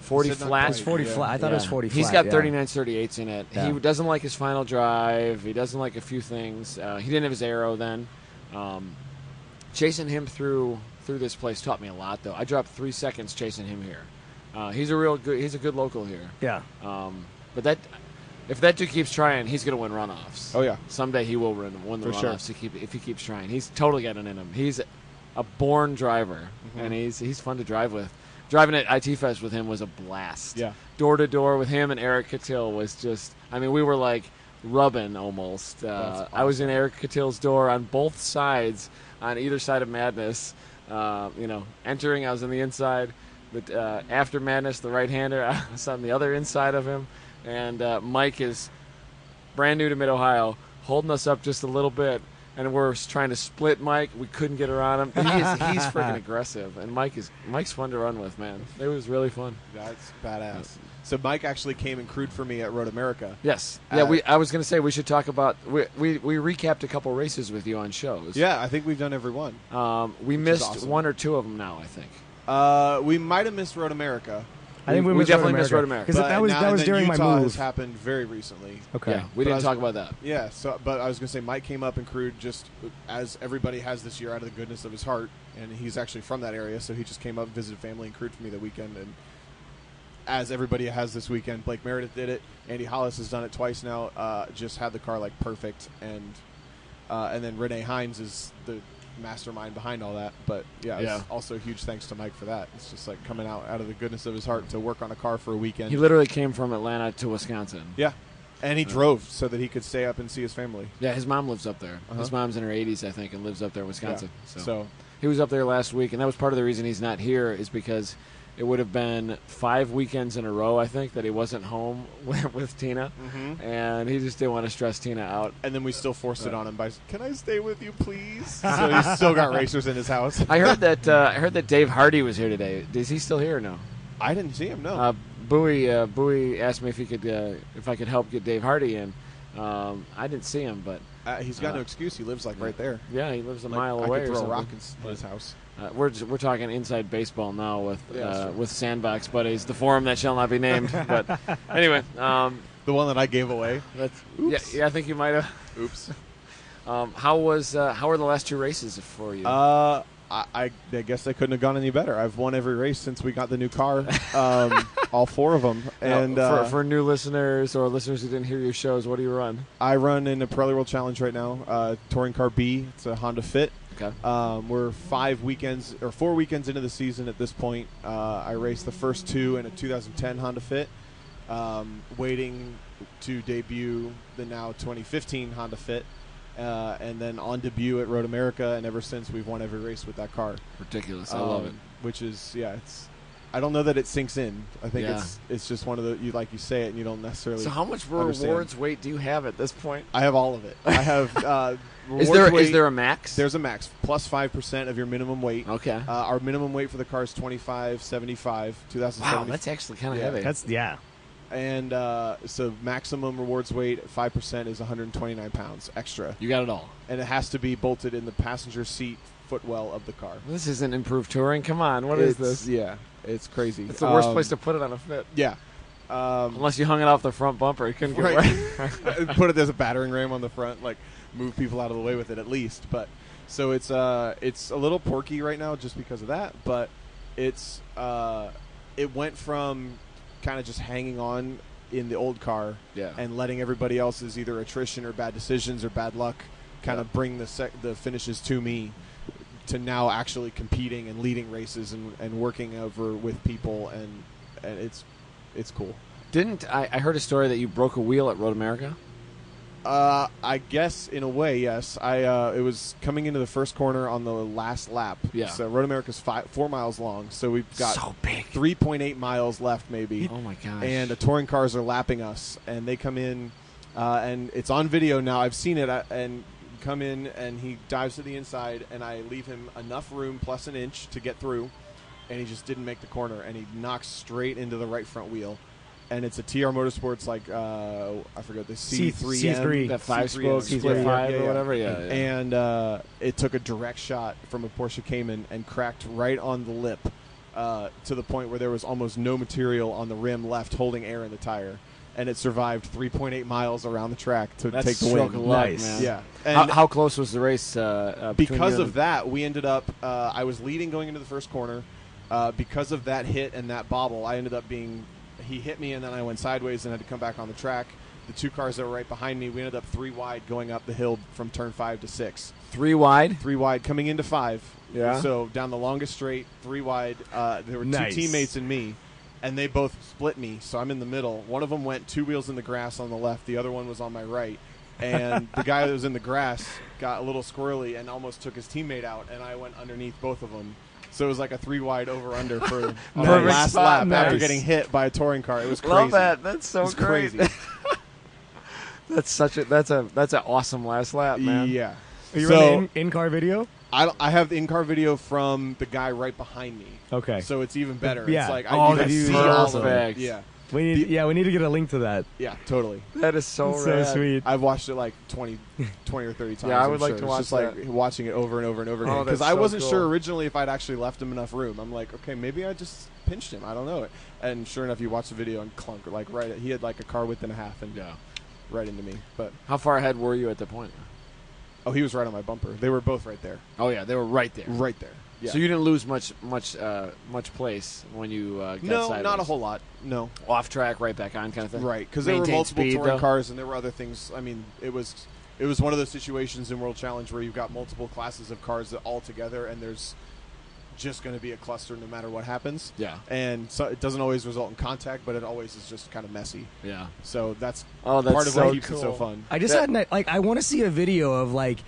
Speaker 4: forty
Speaker 2: Said not
Speaker 4: flat?
Speaker 2: quite.
Speaker 3: It's 40
Speaker 2: Yeah.
Speaker 3: flat. I thought it was 40
Speaker 4: He's got
Speaker 3: flat, yeah.
Speaker 4: 39 38s in it.
Speaker 3: Yeah.
Speaker 4: He doesn't like his final drive. He doesn't like a few things. Uh, he didn't have his arrow then. Um, chasing him through through this place taught me a lot, though. I dropped three seconds chasing him here. Uh, he's a real good. He's a good local here.
Speaker 3: Yeah.
Speaker 4: Um, but that, if that dude keeps trying, he's gonna win runoffs.
Speaker 2: Oh, yeah.
Speaker 4: Someday he will win win the
Speaker 2: For sure.
Speaker 4: runoffs. To keep if he keeps trying, he's totally got it in him. He's a born driver, and he's he's fun to drive with. Driving at IT Fest with him was a blast.
Speaker 2: Yeah.
Speaker 4: Door to door with him and Eric Catil was just. I mean, we were like rubbing almost. Uh, I was in Eric Catil's door on both sides, on either side of Madness. Uh, you know, entering, I was on the inside. But uh, after Madness, the right hander, I was on the other inside of him. And uh, Mike is brand new to Mid Ohio, holding us up just a little bit. And we're trying to split Mike. We couldn't get around him. He is, he's freaking aggressive, and Mike is Mike's fun to run with, man. It was really fun.
Speaker 2: That's badass. So Mike actually came and crewed for me at Road America.
Speaker 4: Yes. Yeah.
Speaker 2: Uh,
Speaker 4: we. I was going to say we should talk about. We, we we recapped a couple races with you on shows.
Speaker 2: Yeah, I think we've done every one.
Speaker 4: Um, we
Speaker 2: is
Speaker 4: missed
Speaker 2: awesome.
Speaker 4: one or two of them now. I think.
Speaker 2: Uh, we might have missed Road America.
Speaker 3: I think we,
Speaker 4: We
Speaker 3: missed
Speaker 4: definitely
Speaker 3: Road
Speaker 4: missed Road America.
Speaker 3: Because
Speaker 2: but
Speaker 3: that was
Speaker 2: now
Speaker 3: that
Speaker 2: and
Speaker 3: was
Speaker 2: then
Speaker 3: during
Speaker 2: Utah Has
Speaker 3: my move.
Speaker 2: happened very recently.
Speaker 3: Okay.
Speaker 4: Yeah. We
Speaker 2: But
Speaker 4: didn't
Speaker 2: I was-
Speaker 4: talk about that.
Speaker 2: Yeah, so but I was gonna say Mike came up and crewed just as everybody has this year out of the goodness of his heart, and he's actually from that area, so he just came up, visited family, and crewed for me that weekend. And as everybody has this weekend, Blake Meredith did it, Andy Hollis has done it twice now. Uh, just had the car like perfect, and uh, and then Renee Hines is the mastermind behind all that. But yeah,
Speaker 4: Yeah.
Speaker 2: It's also huge thanks to Mike for that. It's just like coming out out of the goodness of his heart to work on a car for a weekend.
Speaker 4: He literally came from Atlanta to Wisconsin.
Speaker 2: yeah. And he drove so that he could stay up and see his family.
Speaker 4: Yeah, his mom lives up there. His mom's in her 80s, I think, and lives up there in Wisconsin.
Speaker 2: Uh-huh. Yeah.
Speaker 4: So.
Speaker 2: So-
Speaker 4: he was up there last week, and that was part of the reason he's not here is because it would have been five weekends in a row, I think, that he wasn't home with, with Tina,
Speaker 2: Mm-hmm.
Speaker 4: and he just didn't want to stress Tina out.
Speaker 2: and then we still forced it on him by, "Can I stay with you, please?" so he's still got racers in his house.
Speaker 4: I heard that uh, I heard that Dave Hardy was here today. Is he still here or no?
Speaker 2: I didn't see him. No,
Speaker 4: Uh, Bowie uh, Bowie asked me if he could uh, if I could help get Dave Hardy in. Um, I didn't see him, but
Speaker 2: uh, he's got
Speaker 4: uh,
Speaker 2: no excuse. He lives like right there,
Speaker 4: yeah, he lives a
Speaker 2: Like,
Speaker 4: mile
Speaker 2: I
Speaker 4: away.
Speaker 2: Could
Speaker 4: or
Speaker 2: throw a
Speaker 4: something.
Speaker 2: rock in s- in his house.
Speaker 4: Uh, we're just, we're talking inside baseball now with
Speaker 2: Yeah, that's
Speaker 4: uh,
Speaker 2: true.
Speaker 4: with Sandbox Buddies, the forum that shall not be named. but anyway, um,
Speaker 2: The one that I gave away.
Speaker 4: that's yeah, yeah. I think you might have.
Speaker 2: Oops.
Speaker 4: Um, how was uh, how were the last two races for you?
Speaker 2: Uh, I, I, I guess I couldn't have gone any better. I've won every race since we got the new car, um, all four of them.
Speaker 4: Now,
Speaker 2: And
Speaker 4: for,
Speaker 2: uh,
Speaker 4: for new listeners or listeners who didn't hear your shows, what do you run?
Speaker 2: I run in a Pirelli World Challenge right now, uh, touring car B. It's a Honda Fit.
Speaker 4: Okay.
Speaker 2: Um, we're five weekends or four weekends into the season at this point. Uh, I raced the first two in a 2010 Honda Fit, um, waiting to debut the now 2015 Honda Fit, uh, and then on debut at Road America. And ever since, we've won every race with that car.
Speaker 4: Ridiculous. I love it.
Speaker 2: Um, Which is yeah, it's. I don't know that it sinks in. I think
Speaker 4: Yeah.
Speaker 2: it's it's just one of the you like you say it and you don't necessarily.
Speaker 4: So how much rewards
Speaker 2: understand.
Speaker 4: weight do you have at this point?
Speaker 2: I have all of it. I have. Uh,
Speaker 4: Is
Speaker 2: rewards
Speaker 4: there is
Speaker 2: weight-
Speaker 4: there a max?
Speaker 2: There's a max plus five percent of your minimum weight.
Speaker 4: okay.
Speaker 2: Uh, our minimum weight for the car is 25, 75,
Speaker 4: wow,
Speaker 2: 2070.
Speaker 4: that's actually kind of
Speaker 2: Yeah.
Speaker 4: heavy.
Speaker 3: That's yeah.
Speaker 2: and uh, so maximum rewards weight, 5% is 129 pounds extra.
Speaker 4: you got it all.
Speaker 2: And it has to be bolted in the passenger seat footwell of the car.
Speaker 4: This isn't improved touring. Come on, what
Speaker 2: it's,
Speaker 4: is this?
Speaker 2: Yeah, it's crazy.
Speaker 4: It's the worst
Speaker 2: Um,
Speaker 4: place to put it on a fit.
Speaker 2: Yeah. Um,
Speaker 4: Unless you hung it off the front bumper, it couldn't get
Speaker 2: Right.
Speaker 4: right.
Speaker 2: put it as a battering ram on the front, like move people out of the way with it at least. But so it's uh it's a little porky right now just because of that. But it's uh it went from kind of just hanging on in the old car
Speaker 4: Yeah.
Speaker 2: and letting everybody else's either attrition or bad decisions or bad luck kind of bring the sec- the finishes to me to now actually competing and leading races and, and working over with people and and it's it's cool.
Speaker 4: Didn't I, I heard a story that you broke a wheel at Road America?
Speaker 2: Uh, I guess in a way, yes. I uh, it was coming into the first corner on the last lap.
Speaker 4: Yeah.
Speaker 2: So Road America's five, four miles long, so we've got
Speaker 4: so big.
Speaker 2: three point eight miles left, maybe.
Speaker 4: Oh my gosh.
Speaker 2: and the touring cars are lapping us, and they come in, uh, and it's on video now. I've seen it, I, and come in, and he dives to the inside, and I leave him enough room plus an inch to get through, and he just didn't make the corner, and he knocks straight into the right front wheel. And it's a TR Motorsports like uh, I forgot the
Speaker 3: C-
Speaker 2: C three
Speaker 3: C3.
Speaker 4: that five
Speaker 2: C3
Speaker 4: spoke,
Speaker 2: and
Speaker 4: split
Speaker 2: yeah,
Speaker 4: five
Speaker 2: yeah,
Speaker 4: or
Speaker 2: yeah.
Speaker 4: whatever. Yeah. yeah.
Speaker 2: and uh, it took a direct shot from a Porsche Cayman and cracked right on the lip uh, to the point where there was almost no material on the rim left holding air in the tire, and it survived 3.8 miles around the track to
Speaker 4: That's
Speaker 2: take the
Speaker 4: stroke of
Speaker 2: win.
Speaker 4: luck,
Speaker 3: Nice.
Speaker 4: man.
Speaker 2: Yeah,
Speaker 4: How,
Speaker 2: and
Speaker 4: how close was the race? Uh, uh, between
Speaker 2: because
Speaker 4: you
Speaker 2: of
Speaker 4: and-
Speaker 2: that, we ended up. Uh, I was leading going into the first corner. Uh, because of that hit and that bobble, I ended up being. He hit me, and then I went sideways and had to come back on the track. The two cars that were right behind me, we ended up three wide going up the hill from turn five to six
Speaker 4: three wide.
Speaker 2: three wide coming into five.
Speaker 4: Yeah.
Speaker 2: So down the longest straight, three wide. Uh, there were
Speaker 3: Nice.
Speaker 2: two teammates and me, and they both split me. So I'm in the middle. One of them went two wheels in the grass on the left. The other one was on my right. And the guy that was in the grass got a little squirrely and almost took his teammate out. And I went underneath both of them. So it was like a three wide over under for on the
Speaker 3: Perfect
Speaker 2: last
Speaker 4: spot,
Speaker 2: lap after
Speaker 4: nice.
Speaker 2: getting hit by a touring car. It was crazy.
Speaker 4: Love that. That's so
Speaker 2: It was
Speaker 4: great.
Speaker 2: crazy.
Speaker 4: That's such a that's a that's an awesome last lap, man.
Speaker 2: yeah.
Speaker 3: Are you
Speaker 2: so
Speaker 3: running in, car video?
Speaker 2: I, don't- I have the in-car video from the guy right behind me.
Speaker 3: Okay.
Speaker 2: So it's even better.
Speaker 3: Yeah.
Speaker 2: It's like
Speaker 4: Oh,
Speaker 2: I you can
Speaker 4: that's
Speaker 2: see all of it.
Speaker 4: perfect.
Speaker 2: Yeah.
Speaker 3: We need, yeah, we need to get a link to that.
Speaker 2: Yeah, totally.
Speaker 4: That is so
Speaker 3: so
Speaker 4: rad.
Speaker 3: sweet.
Speaker 2: I've watched it like 20, 20 or 30 times.
Speaker 4: Yeah, I
Speaker 2: I'm
Speaker 4: would like
Speaker 2: sure.
Speaker 4: to
Speaker 2: It's
Speaker 4: watch
Speaker 2: just
Speaker 4: that.
Speaker 2: like watching it over and over and over
Speaker 4: Oh,
Speaker 2: again because
Speaker 4: that's
Speaker 2: I
Speaker 4: so
Speaker 2: wasn't
Speaker 4: cool.
Speaker 2: sure originally if I'd actually left him enough room. I'm like, okay, maybe I just pinched him. I don't know. And sure enough, you watch the video and clunk like right. He had like a car width and a half and
Speaker 4: Yeah.
Speaker 2: right into me. But
Speaker 4: How far ahead were you at the point?
Speaker 2: oh, he was right on my bumper. They were both right there,
Speaker 4: Oh yeah, they were right there.
Speaker 2: right there. Yeah.
Speaker 4: So you didn't lose much much uh, much place when you uh, got
Speaker 2: no,
Speaker 4: sideways.
Speaker 2: not a whole lot. No,
Speaker 4: off track, right back on kind of thing.
Speaker 2: Right, because there were
Speaker 4: Maintain
Speaker 2: multiple
Speaker 4: speed,
Speaker 2: touring
Speaker 4: though.
Speaker 2: cars, and there were other things. I mean, it was it was one of those situations in World Challenge where you've got multiple classes of cars that all together, and there's just going to be a cluster no matter what happens.
Speaker 4: Yeah.
Speaker 2: and so it doesn't always result in contact, but it always is just kind of messy.
Speaker 4: Yeah.
Speaker 2: So that's,
Speaker 4: Oh, that's
Speaker 2: part of
Speaker 4: so
Speaker 2: what keeps it so
Speaker 4: cool.
Speaker 2: fun.
Speaker 3: I just
Speaker 4: That-
Speaker 3: had an, like I want to see a video of like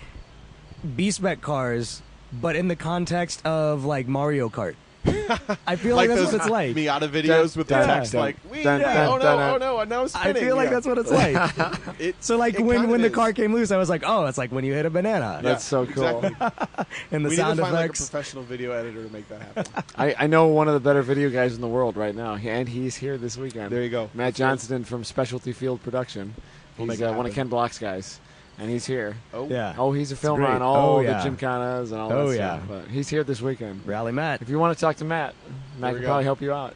Speaker 3: B spec cars, but in the context of like Mario Kart. I feel like, that's
Speaker 2: those
Speaker 3: what it's like.
Speaker 2: Miata videos with the
Speaker 4: dun,
Speaker 2: text
Speaker 4: dun,
Speaker 2: like, we,
Speaker 4: dun,
Speaker 2: yeah,
Speaker 4: dun,
Speaker 2: oh no,
Speaker 4: dun,
Speaker 2: oh
Speaker 4: dun.
Speaker 2: no, and now it's
Speaker 3: I
Speaker 2: spinning.
Speaker 3: feel like
Speaker 2: yeah.
Speaker 3: that's what it's like.
Speaker 2: It,
Speaker 3: so like
Speaker 2: it
Speaker 3: when
Speaker 2: kinda
Speaker 3: when the
Speaker 2: is.
Speaker 3: car came loose, I was like, oh, it's like when you hit a banana,
Speaker 4: That's so cool.
Speaker 2: exactly.
Speaker 3: and the
Speaker 2: we
Speaker 3: sound
Speaker 2: need to find like a
Speaker 3: effects.
Speaker 2: professional video editor to make that happen.
Speaker 4: I, I know one of the better video guys in the world right now, he- and he's here this weekend.
Speaker 2: There you go.
Speaker 4: Matt Johnston from Specialty Field Production.
Speaker 3: Oh
Speaker 2: We'll
Speaker 4: he's
Speaker 2: make it
Speaker 4: uh, one of
Speaker 2: happen.
Speaker 4: Ken Block's guys, and he's here.
Speaker 2: Oh
Speaker 3: yeah.
Speaker 4: Oh, he's a filmer
Speaker 3: great.
Speaker 4: on all
Speaker 3: Oh,
Speaker 4: the
Speaker 3: yeah.
Speaker 4: Gymkhanas and all
Speaker 3: Oh,
Speaker 4: that
Speaker 3: yeah.
Speaker 4: stuff. But he's here this weekend.
Speaker 3: Rally Matt.
Speaker 4: If you want to talk to Matt, Matt
Speaker 2: we
Speaker 4: can
Speaker 2: go.
Speaker 4: probably help you out.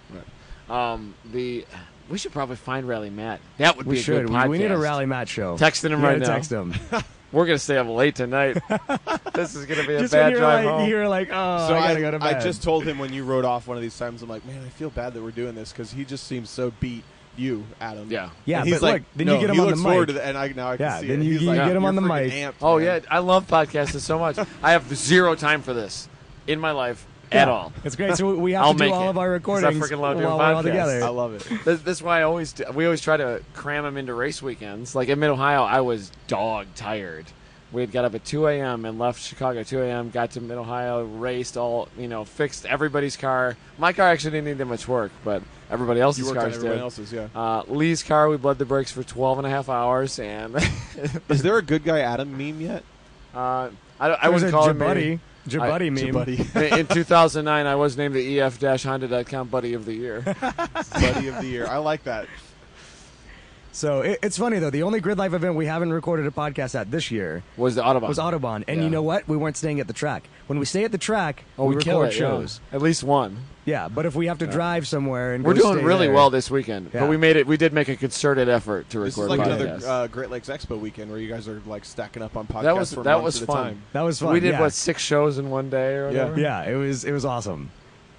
Speaker 4: Um, the we should probably find Rally Matt. That would
Speaker 3: We
Speaker 4: be a
Speaker 3: should.
Speaker 4: good
Speaker 3: We,
Speaker 4: podcast.
Speaker 3: we need a rally Matt show.
Speaker 4: Texting him
Speaker 3: We
Speaker 4: right
Speaker 3: gotta
Speaker 4: now.
Speaker 3: Text him.
Speaker 4: We're gonna stay up late tonight. this is gonna be a
Speaker 3: Just when
Speaker 4: bad
Speaker 3: you're
Speaker 4: drive
Speaker 3: like,
Speaker 4: home.
Speaker 3: you're like, oh,
Speaker 2: so
Speaker 3: I
Speaker 2: I,
Speaker 3: gotta go to
Speaker 2: I
Speaker 3: bed.
Speaker 2: just told him when you rode off one of these times, I'm like, man, I feel bad that we're doing this because he just seems so beat. You, Adam.
Speaker 4: Yeah.
Speaker 3: Yeah,
Speaker 2: And he's
Speaker 3: but
Speaker 2: like,
Speaker 3: look, then you
Speaker 2: no,
Speaker 3: get him
Speaker 2: he
Speaker 3: on the
Speaker 2: looks forward
Speaker 3: mic.
Speaker 2: To the, and I now I
Speaker 3: Yeah,
Speaker 2: can see
Speaker 3: then
Speaker 2: it.
Speaker 3: you-
Speaker 2: He's
Speaker 3: you
Speaker 2: like,
Speaker 3: get
Speaker 2: "You're
Speaker 3: him on the
Speaker 2: freaking
Speaker 3: mic."
Speaker 2: amped,
Speaker 4: Oh
Speaker 2: man."
Speaker 4: yeah, I love podcasting so much. I have zero time for this in my life at
Speaker 3: Yeah.
Speaker 4: all.
Speaker 3: It's great. So we have
Speaker 4: I'll
Speaker 3: to
Speaker 4: make
Speaker 3: do all
Speaker 4: it,
Speaker 3: of our
Speaker 4: 'cause
Speaker 3: recordings
Speaker 4: I freaking love doing
Speaker 3: while we're all
Speaker 4: podcasts.
Speaker 3: together.
Speaker 2: I love it.
Speaker 4: That's, that's why I always do, we always try to cram them into race weekends. Like in Mid Ohio, I was dog tired. We had got up at 2 a.m. and left Chicago at 2 a.m. Got to Mid Ohio, raced all you know, fixed everybody's car. My car actually didn't need that much work, but everybody else's
Speaker 2: You worked on
Speaker 4: cars
Speaker 2: everyone
Speaker 4: did.
Speaker 2: else's, yeah.
Speaker 4: Uh, Lee's car, we bled the brakes for 12 and a half hours, and uh,
Speaker 2: Is there a good guy Adam meme yet?
Speaker 4: I, don't- I
Speaker 3: There's
Speaker 4: wouldn't
Speaker 3: a
Speaker 4: call him
Speaker 3: Djibouti, Djibouti meme.
Speaker 2: Buddy,
Speaker 4: in 2009, I was named the E EF-Honda.com Buddy of the Year.
Speaker 2: buddy of the year. I like that.
Speaker 3: So it, it's funny though. The only Grid Life event we haven't recorded a podcast at this year
Speaker 4: Was the Autobahn?
Speaker 3: was Autobahn, and
Speaker 4: Yeah.
Speaker 3: you know what? We weren't staying at the track. When we stay at the track,
Speaker 4: Oh,
Speaker 3: we,
Speaker 4: we kill
Speaker 3: record
Speaker 4: it, yeah.
Speaker 3: shows.
Speaker 4: At least one.
Speaker 3: Yeah. but if we have to drive somewhere and
Speaker 4: We're
Speaker 3: go
Speaker 4: doing
Speaker 3: stay
Speaker 4: really
Speaker 3: there-
Speaker 4: well this weekend,
Speaker 3: Yeah.
Speaker 4: but we made it. We did make a concerted effort to
Speaker 2: This
Speaker 4: record
Speaker 2: is like another
Speaker 4: podcasts.
Speaker 2: uh, Great Lakes Expo weekend where you guys are like stacking up on podcasts.
Speaker 4: that was
Speaker 2: for
Speaker 4: that
Speaker 2: months
Speaker 4: was
Speaker 2: at a
Speaker 4: fun.
Speaker 2: time.
Speaker 3: That was fun,
Speaker 4: We did
Speaker 3: yeah.
Speaker 4: what six shows in one day or
Speaker 2: Yeah.
Speaker 4: whatever.
Speaker 3: Yeah, it was it was awesome.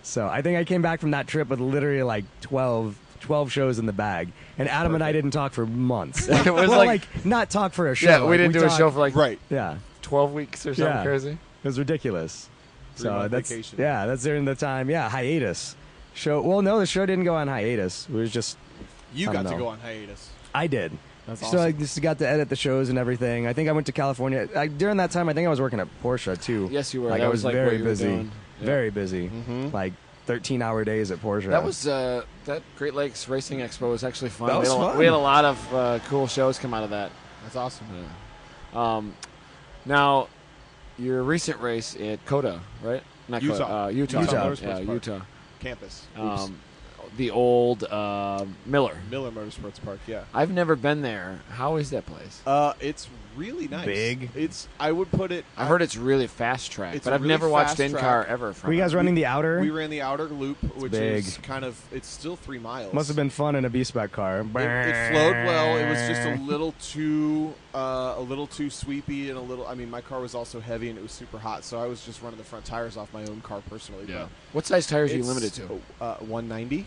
Speaker 3: So I think I came back from that trip with literally like 12, 12 shows in the bag, and Adam and I didn't talk for months.
Speaker 4: It was
Speaker 3: well,
Speaker 4: like-
Speaker 3: like, not talk for a show.
Speaker 4: Yeah, we
Speaker 3: Like,
Speaker 4: didn't do a show
Speaker 3: talked-
Speaker 4: for like
Speaker 2: Right.
Speaker 3: yeah.
Speaker 4: twelve weeks or something
Speaker 3: Yeah.
Speaker 4: crazy.
Speaker 3: It was ridiculous. So
Speaker 2: Three-month
Speaker 3: that's
Speaker 2: vacation.
Speaker 3: yeah, that's during the time. Yeah, hiatus. Show. Well, no, the show didn't go on hiatus. It was just
Speaker 2: You
Speaker 3: I
Speaker 2: got
Speaker 3: don't
Speaker 2: to
Speaker 3: know.
Speaker 2: go on hiatus.
Speaker 3: I did.
Speaker 2: That's
Speaker 3: So I
Speaker 2: awesome.
Speaker 3: just got to edit the shows and everything. I think I went to California I, during that time. I think I was working at Porsche too.
Speaker 4: Yes, you were.
Speaker 3: Like
Speaker 4: That
Speaker 3: I
Speaker 4: was,
Speaker 3: was,
Speaker 4: like, what
Speaker 3: very
Speaker 4: you were
Speaker 3: busy,
Speaker 4: doing. Yeah. Mm-hmm.
Speaker 3: very busy. Like thirteen-hour days at Porsche.
Speaker 4: That was uh, that Great Lakes Racing Expo was actually fun.
Speaker 3: That
Speaker 4: we,
Speaker 3: was
Speaker 4: had a,
Speaker 3: fun.
Speaker 4: we had a lot of uh, cool shows come out of that.
Speaker 2: That's awesome.
Speaker 4: Um, now, your recent race at Coda, right? Not Coda,
Speaker 2: Utah.
Speaker 4: uh, Utah,
Speaker 2: Utah
Speaker 4: Yeah,
Speaker 2: Motorsports Park.
Speaker 4: Utah.
Speaker 2: Campus. Oops.
Speaker 4: Um, the old uh, Miller.
Speaker 2: Miller Motorsports Park. Yeah.
Speaker 4: I've never been there. How is that place?
Speaker 2: Uh, it's really nice.
Speaker 3: Big.
Speaker 2: It's. I would put it.
Speaker 4: I heard it's really fast track,
Speaker 2: It's
Speaker 4: but
Speaker 2: a
Speaker 4: I've
Speaker 2: really
Speaker 4: never watched
Speaker 2: fast
Speaker 4: InCar
Speaker 2: track.
Speaker 4: ever. From
Speaker 3: Were you guys
Speaker 4: it.
Speaker 3: running the outer?
Speaker 2: We ran the outer loop, which is
Speaker 3: big.
Speaker 2: kind of. It's still three miles.
Speaker 3: Must have been fun in a B-spec
Speaker 2: It,
Speaker 3: car.
Speaker 2: it flowed well. It was just a little too, uh, a little too sweepy and a little. I mean, my car was also heavy and it was super hot, so I was just running the front tires off my own car personally.
Speaker 4: Yeah. What size tires
Speaker 2: But
Speaker 4: are you
Speaker 2: it's,
Speaker 4: limited to?
Speaker 2: Uh, 190.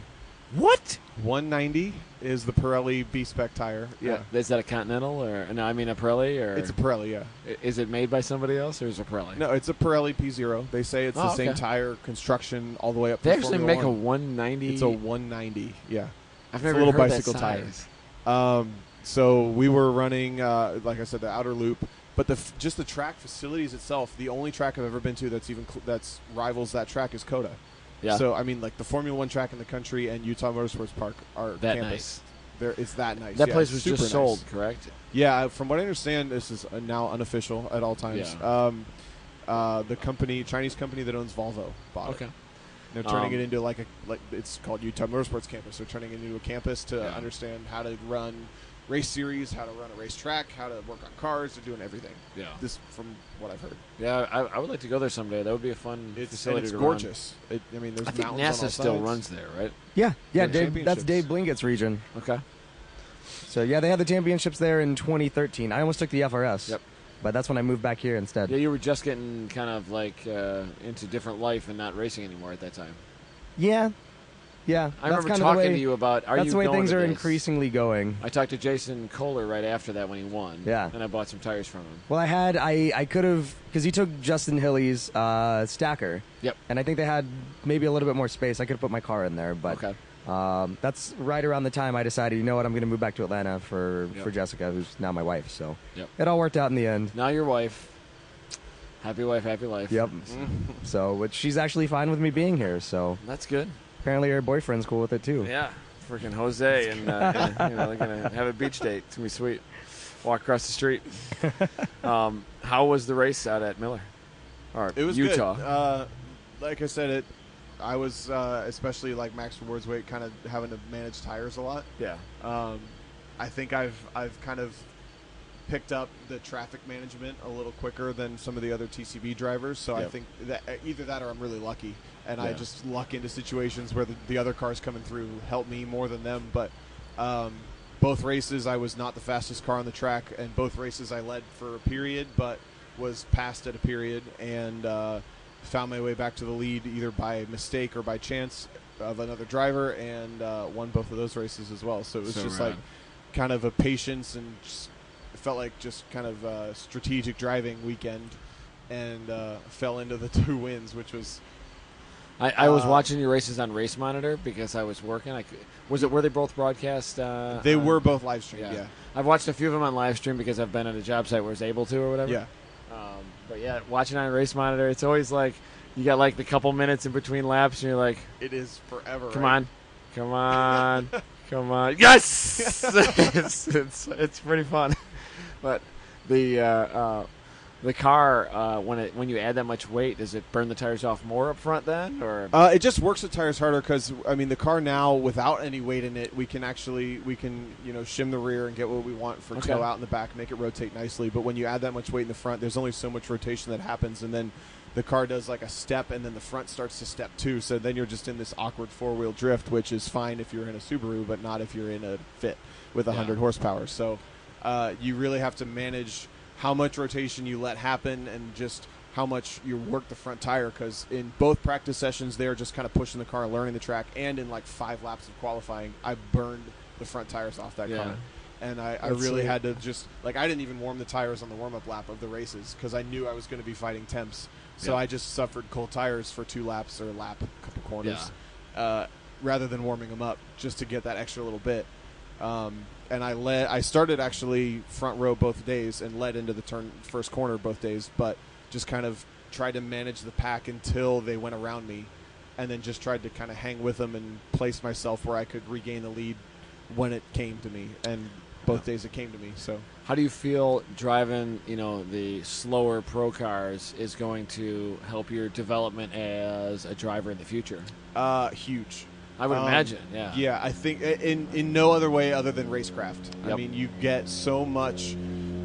Speaker 4: What?
Speaker 2: 190 is the Pirelli B spec tire.
Speaker 4: Yeah. Is that a Continental or no? I mean a Pirelli or
Speaker 2: it's a Pirelli. Yeah.
Speaker 4: is it made by somebody else or is it a Pirelli?
Speaker 2: No, it's a Pirelli P0. They say it's
Speaker 4: Oh,
Speaker 2: the same
Speaker 4: okay.
Speaker 2: tire construction all the way up.
Speaker 4: They
Speaker 2: to
Speaker 4: actually
Speaker 2: Formula
Speaker 4: make a
Speaker 2: One.
Speaker 4: 190.
Speaker 2: It's a 190. Yeah.
Speaker 4: I've
Speaker 2: a
Speaker 4: never
Speaker 2: little
Speaker 4: heard that
Speaker 2: bicycle tire.
Speaker 4: size.
Speaker 2: Um, so we were running, uh, like I said, the outer loop, but the f- just the track facilities itself. The only track I've ever been to that's even cl- that's rivals that track is Coda.
Speaker 4: Yeah.
Speaker 2: So I mean, like the Formula One track in the country and Utah Motorsports Park are
Speaker 4: That
Speaker 2: campus. There, it's that nice.
Speaker 4: That
Speaker 2: Yeah,
Speaker 4: place
Speaker 2: it's
Speaker 4: was
Speaker 2: super
Speaker 4: just
Speaker 2: nice.
Speaker 4: sold, correct?
Speaker 2: Yeah, uh, from what I understand, this is uh, now unofficial at all times.
Speaker 4: Yeah.
Speaker 2: Um, uh, the company, Chinese company that owns Volvo, bought it. They're
Speaker 4: Um,
Speaker 2: turning it into like a like it's called Utah Motorsports Campus. They're turning it into a campus to
Speaker 4: Yeah.
Speaker 2: understand how to run race series, how to run a racetrack, how to work on cars. They're doing everything.
Speaker 4: Yeah.
Speaker 2: This from what I've heard.
Speaker 4: Yeah, I, I would like to go there someday. That would be a fun
Speaker 2: It's, and
Speaker 4: facility
Speaker 2: it's
Speaker 4: to run.
Speaker 2: gorgeous. It, I mean, there's
Speaker 4: I think
Speaker 2: mountains on all
Speaker 4: NASA still
Speaker 2: sides.
Speaker 4: runs there, right?
Speaker 3: Yeah, yeah.
Speaker 2: the
Speaker 3: Dave,
Speaker 2: championships.
Speaker 3: that's Dave Blingett's region.
Speaker 4: Okay.
Speaker 3: So yeah, they had the championships there in 2013. I almost took the FRS.
Speaker 4: Yep.
Speaker 3: But that's when I moved back here instead.
Speaker 4: Yeah, you were just getting kind of like uh, into different life and not racing anymore at that time.
Speaker 3: Yeah, yeah.
Speaker 4: I
Speaker 3: that's
Speaker 4: remember
Speaker 3: kind
Speaker 4: talking
Speaker 3: of the way,
Speaker 4: to you about are
Speaker 3: that's
Speaker 4: you
Speaker 3: the way
Speaker 4: going
Speaker 3: things
Speaker 4: to
Speaker 3: are
Speaker 4: this?
Speaker 3: increasingly going.
Speaker 4: I talked to Jason Kohler right after that when he won.
Speaker 3: Yeah.
Speaker 4: and I bought some tires from him.
Speaker 3: Well, I had I I could have because he took Justin Hilly's uh, stacker,
Speaker 4: Yep.
Speaker 3: and I think they had maybe a little bit more space. I could have put my car in there, but
Speaker 4: Okay.
Speaker 3: um, that's right around the time I decided. You know what? I'm going to move back to Atlanta for
Speaker 4: Yep.
Speaker 3: for Jessica, who's now my wife. So
Speaker 4: Yep.
Speaker 3: it all worked out in the end.
Speaker 4: Now your wife, happy wife, happy life.
Speaker 3: Yep. so, which she's actually fine with me being here. So
Speaker 4: That's good.
Speaker 3: apparently her boyfriend's cool with it too.
Speaker 4: Yeah. Freaking Jose and uh, you know, they're gonna have a beach date. It's gonna be sweet. Walk across the street. Um, how was the race out at Miller? Or
Speaker 2: It was good.
Speaker 4: Utah.
Speaker 2: Uh, like I said, it. I was uh, especially like Max Ward's weight, kind of having to manage tires a lot.
Speaker 4: Yeah.
Speaker 2: Um, I think I've I've kind of picked up the traffic management a little quicker than some of the other TCB drivers. So
Speaker 4: Yep.
Speaker 2: I think that uh, either that or I'm really lucky, and I
Speaker 4: Yeah.
Speaker 2: just luck into situations where the, the other cars coming through help me more than them. But um, both races I was not the fastest car on the track, and both races I led for a period, but was passed at a period and uh, found my way back to the lead either by mistake or by chance of another driver, and uh, won both of those races as well. So it was
Speaker 7: So
Speaker 2: just
Speaker 7: rad.
Speaker 2: like kind of a patience and just, it felt like just kind of uh, strategic driving weekend, and uh, fell into the two wins, which was
Speaker 4: I, I was
Speaker 2: Uh,
Speaker 4: watching your races on Race Monitor because I was working. I, cou- was it were they both broadcast? Uh,
Speaker 2: they
Speaker 4: on-
Speaker 2: were both live streamed.
Speaker 4: Yeah.
Speaker 2: Yeah,
Speaker 4: I've watched a few of them on live stream because I've been at a job site where I was able to or whatever.
Speaker 2: yeah.
Speaker 4: Um, but yeah, watching on Race Monitor, it's always like you got like the couple minutes in between laps, and you're like,
Speaker 2: It is forever.
Speaker 4: come
Speaker 2: right?
Speaker 4: on, come on, come on, yes! it's, it's it's pretty fun, but the uh, uh, the car uh, when it when you add that much weight, does it burn the tires off more up front then, or
Speaker 2: Uh, it just works the tires harder because I mean the car now without any weight in it, we can actually we can you know shim the rear and get what we want for
Speaker 4: Okay.
Speaker 2: tow out in the back, make it rotate nicely. But when you add that much weight in the front, there's only so much rotation that happens, and then the car does like a step, and then the front starts to step too. So then you're just in this awkward four wheel drift, which is fine if you're in a Subaru, but not if you're in a Fit with 100 horsepower. So uh, you really have to manage how much rotation you let happen and just how much you work the front tire because in both practice sessions they're just kind of pushing the car learning the track and in like five laps of qualifying i burned the front tires off that
Speaker 4: Yeah.
Speaker 2: car and i, I
Speaker 4: That's
Speaker 2: really
Speaker 4: sweet.
Speaker 2: had to just like i didn't even warm the tires on the warm-up lap of the races because i knew i was going to be fighting temps so
Speaker 7: Yeah.
Speaker 2: i just suffered cold tires for two laps or a lap a couple corners uh, rather than warming them up just to get that extra little bit um, and I led. I started actually front row both days and led into the turn first corner both days, but just kind of tried to manage the pack until they went around me, and then just tried to kind of hang with them and place myself where I could regain the lead when it came to me. And both days it came to me. So
Speaker 4: how do you feel driving you know the slower pro cars is going to help your development as a driver in the future?
Speaker 2: uh, huge.
Speaker 4: I would
Speaker 2: Um,
Speaker 4: imagine, yeah,
Speaker 2: Yeah, I think uh, in in no other way other than racecraft. I
Speaker 4: Yep.
Speaker 2: mean, you get so much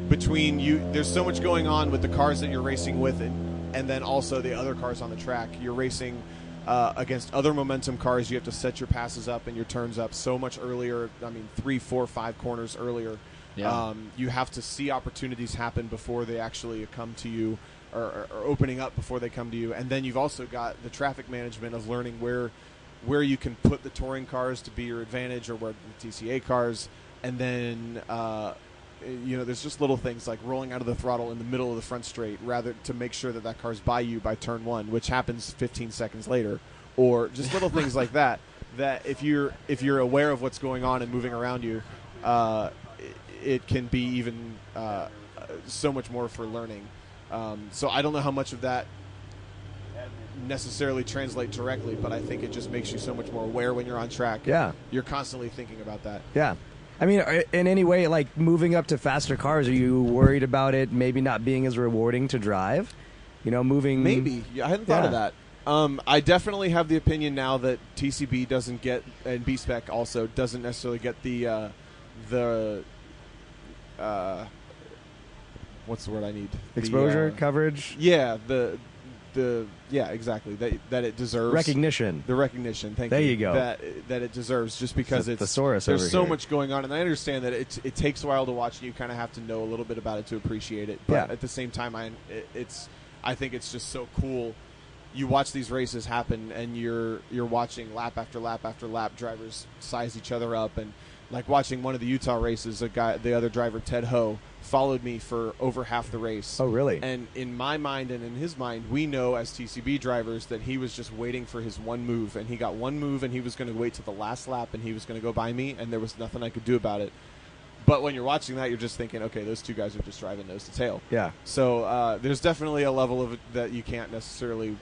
Speaker 2: between you. There's so much going on with the cars that you're racing with, and and then also the other cars on the track. You're racing uh, against other momentum cars. You have to set your passes up and your turns up so much earlier. I mean, three, four, five corners earlier.
Speaker 4: Yeah.
Speaker 2: Um, you have to see opportunities happen before they actually come to you or, or, or opening up before they come to you. And then you've also got the traffic management of learning where where you can put the touring cars to be your advantage or where the TCA cars. And then, uh, you know, there's just little things like rolling out of the throttle in the middle of the front straight rather to make sure that that car's by you by turn one, which happens 15 seconds later, or just little things like that. That if you're if you're aware of what's going on and moving around you, uh, it- it can be even uh, so much more for learning. Um, so I don't know how much of that necessarily translate directly, but I think it just makes you so much more aware when you're on track.
Speaker 3: Yeah. Mm-hmm.
Speaker 2: you're constantly thinking about that.
Speaker 3: Yeah. I mean, are- in any way, like moving up to faster cars, are you worried about it maybe not being as rewarding to drive? You know, moving.
Speaker 2: Maybe yeah, I hadn't thought of
Speaker 3: Yeah.
Speaker 2: that. Um, I definitely have the opinion now that TCB doesn't get and B Spec also doesn't necessarily get the uh, the uh, what's the word I need The,
Speaker 3: Exposure,
Speaker 2: uh,
Speaker 3: coverage,
Speaker 2: yeah, the the yeah, exactly that that it deserves
Speaker 3: recognition.
Speaker 2: the recognition. Thank
Speaker 3: There
Speaker 2: you.
Speaker 3: you go.
Speaker 2: That that it deserves just because
Speaker 3: It's a
Speaker 2: it's
Speaker 3: thesaurus
Speaker 2: There's
Speaker 3: over
Speaker 2: so
Speaker 3: here.
Speaker 2: much going on, and I understand that it it takes a while to watch, and you kind of have to know a little bit about it to appreciate it. But
Speaker 3: Yeah.
Speaker 2: at the same time, I it, it's I think it's just so cool. You watch these races happen, and you're you're watching lap after lap after lap. Drivers size each other up, and like watching one of the Utah races, a guy, the other driver Ted Ho, followed me for over half the race.
Speaker 3: Oh, really?
Speaker 2: And in my mind and in his mind, we know as TCB drivers that he was just waiting for his one move, and he got one move, and he was going to wait till the last lap, and he was going to go by me, and there was nothing I could do about it. But when you're watching that, you're just thinking, okay, those two guys are just driving nose to tail.
Speaker 3: Yeah.
Speaker 2: So uh, there's definitely a level of it that you can't necessarily,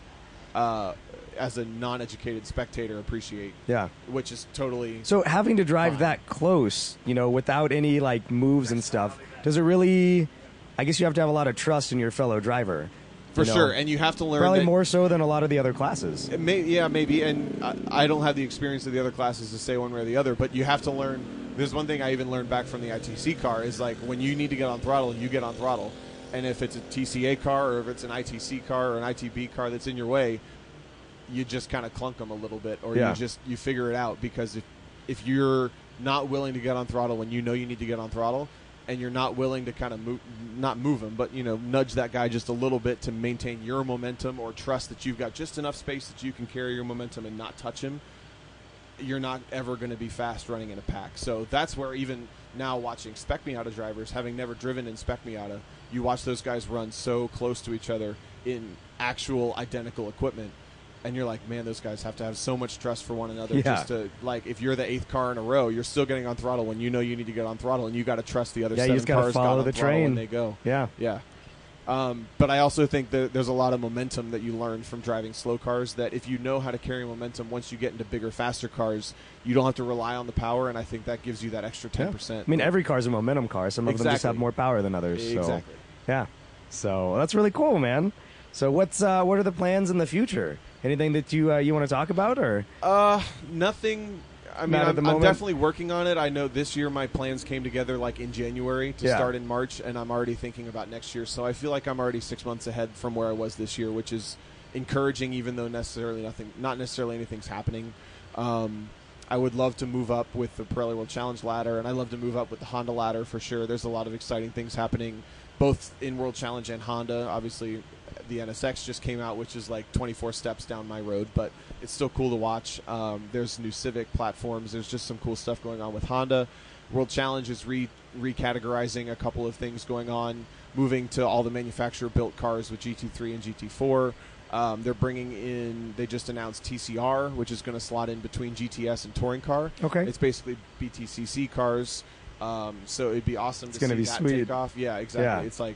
Speaker 2: uh, as a non-educated spectator, appreciate.
Speaker 3: Yeah.
Speaker 2: Which is totally
Speaker 3: So having to drive that close, you know, without any like moves and stuff, does it really? I guess you have to have a lot of trust in your fellow driver.
Speaker 2: for
Speaker 3: you know?
Speaker 2: sure, and you have to learn
Speaker 3: Probably
Speaker 2: that-
Speaker 3: more so than a lot of the other classes.
Speaker 2: It May, yeah, maybe. And I, I don't have the experience of the other classes to say one way or the other, but you have to learn. There's one thing I even learned back from the ITC car is like when you need to get on throttle, you get on throttle. And if it's a TCA car or if it's an ITC car or an ITB car that's in your way, you just kind of clunk them a little bit or
Speaker 3: Yeah.
Speaker 2: you just you figure it out because if if you're not willing to get on throttle when you know you need to get on throttle, and you're not willing to kind of move, not move him, but you know, nudge that guy just a little bit to maintain your momentum or trust that you've got just enough space that you can carry your momentum and not touch him. You're not ever going to be fast running in a pack. So that's where even now watching Spec Miata drivers, having never driven in Spec Miata, you watch those guys run so close to each other in actual identical equipment, and you're like, man, those guys have to have so much trust for one another
Speaker 3: Yeah.
Speaker 2: just to like if you're the eighth car in a row, you're still getting on throttle when you know you need to get on throttle, and you got to trust the other.
Speaker 3: Yeah, you
Speaker 2: seven
Speaker 3: just gotta
Speaker 2: cars
Speaker 3: follow
Speaker 2: got on
Speaker 3: the
Speaker 2: throttle
Speaker 3: train.
Speaker 2: when they go.
Speaker 3: Yeah.
Speaker 2: Yeah. Um, but I also think that there's a lot of momentum that you learn from driving slow cars. That if you know how to carry momentum, once you get into bigger, faster cars, you don't have to rely on the power, and I think that gives you that extra ten percent.
Speaker 3: I mean, every car's a momentum car. Some of them just have
Speaker 2: Exactly.
Speaker 3: more power than others. So.
Speaker 2: Exactly.
Speaker 3: Yeah. So that's really cool, man. So what's uh, what are the plans in the future? Anything that you uh, you want to talk about or
Speaker 2: Uh, nothing. I mean,
Speaker 3: Not at
Speaker 2: I'm,
Speaker 3: the
Speaker 2: I'm
Speaker 3: moment?
Speaker 2: definitely working on it. I know this year my plans came together like in January to
Speaker 3: Yeah.
Speaker 2: start in March, and I'm already thinking about next year. So I feel like I'm already six months ahead from where I was this year, which is encouraging, even though necessarily nothing, not necessarily anything's happening. Um, I would love to move up with the Pirelli World Challenge ladder, and I love to move up with the Honda ladder for sure. There's a lot of exciting things happening, both in World Challenge and Honda. Obviously, the NSX just came out, which is like 24 steps down my road, but it's still cool to watch. Um, there's new Civic platforms. There's just some cool stuff going on with Honda. World Challenge is re recategorizing a couple of things going on, moving to all the manufacturer built cars with GT3 and GT4. Um, they're bringing in. They just announced TCR, which is going to slot in between GTS and touring car.
Speaker 3: Okay.
Speaker 2: it's basically BTCC cars. Um, so it'd be awesome
Speaker 3: It's
Speaker 2: to see
Speaker 3: gonna be
Speaker 2: that
Speaker 3: sweet.
Speaker 2: take off. Yeah, exactly.
Speaker 3: Yeah.
Speaker 2: It's like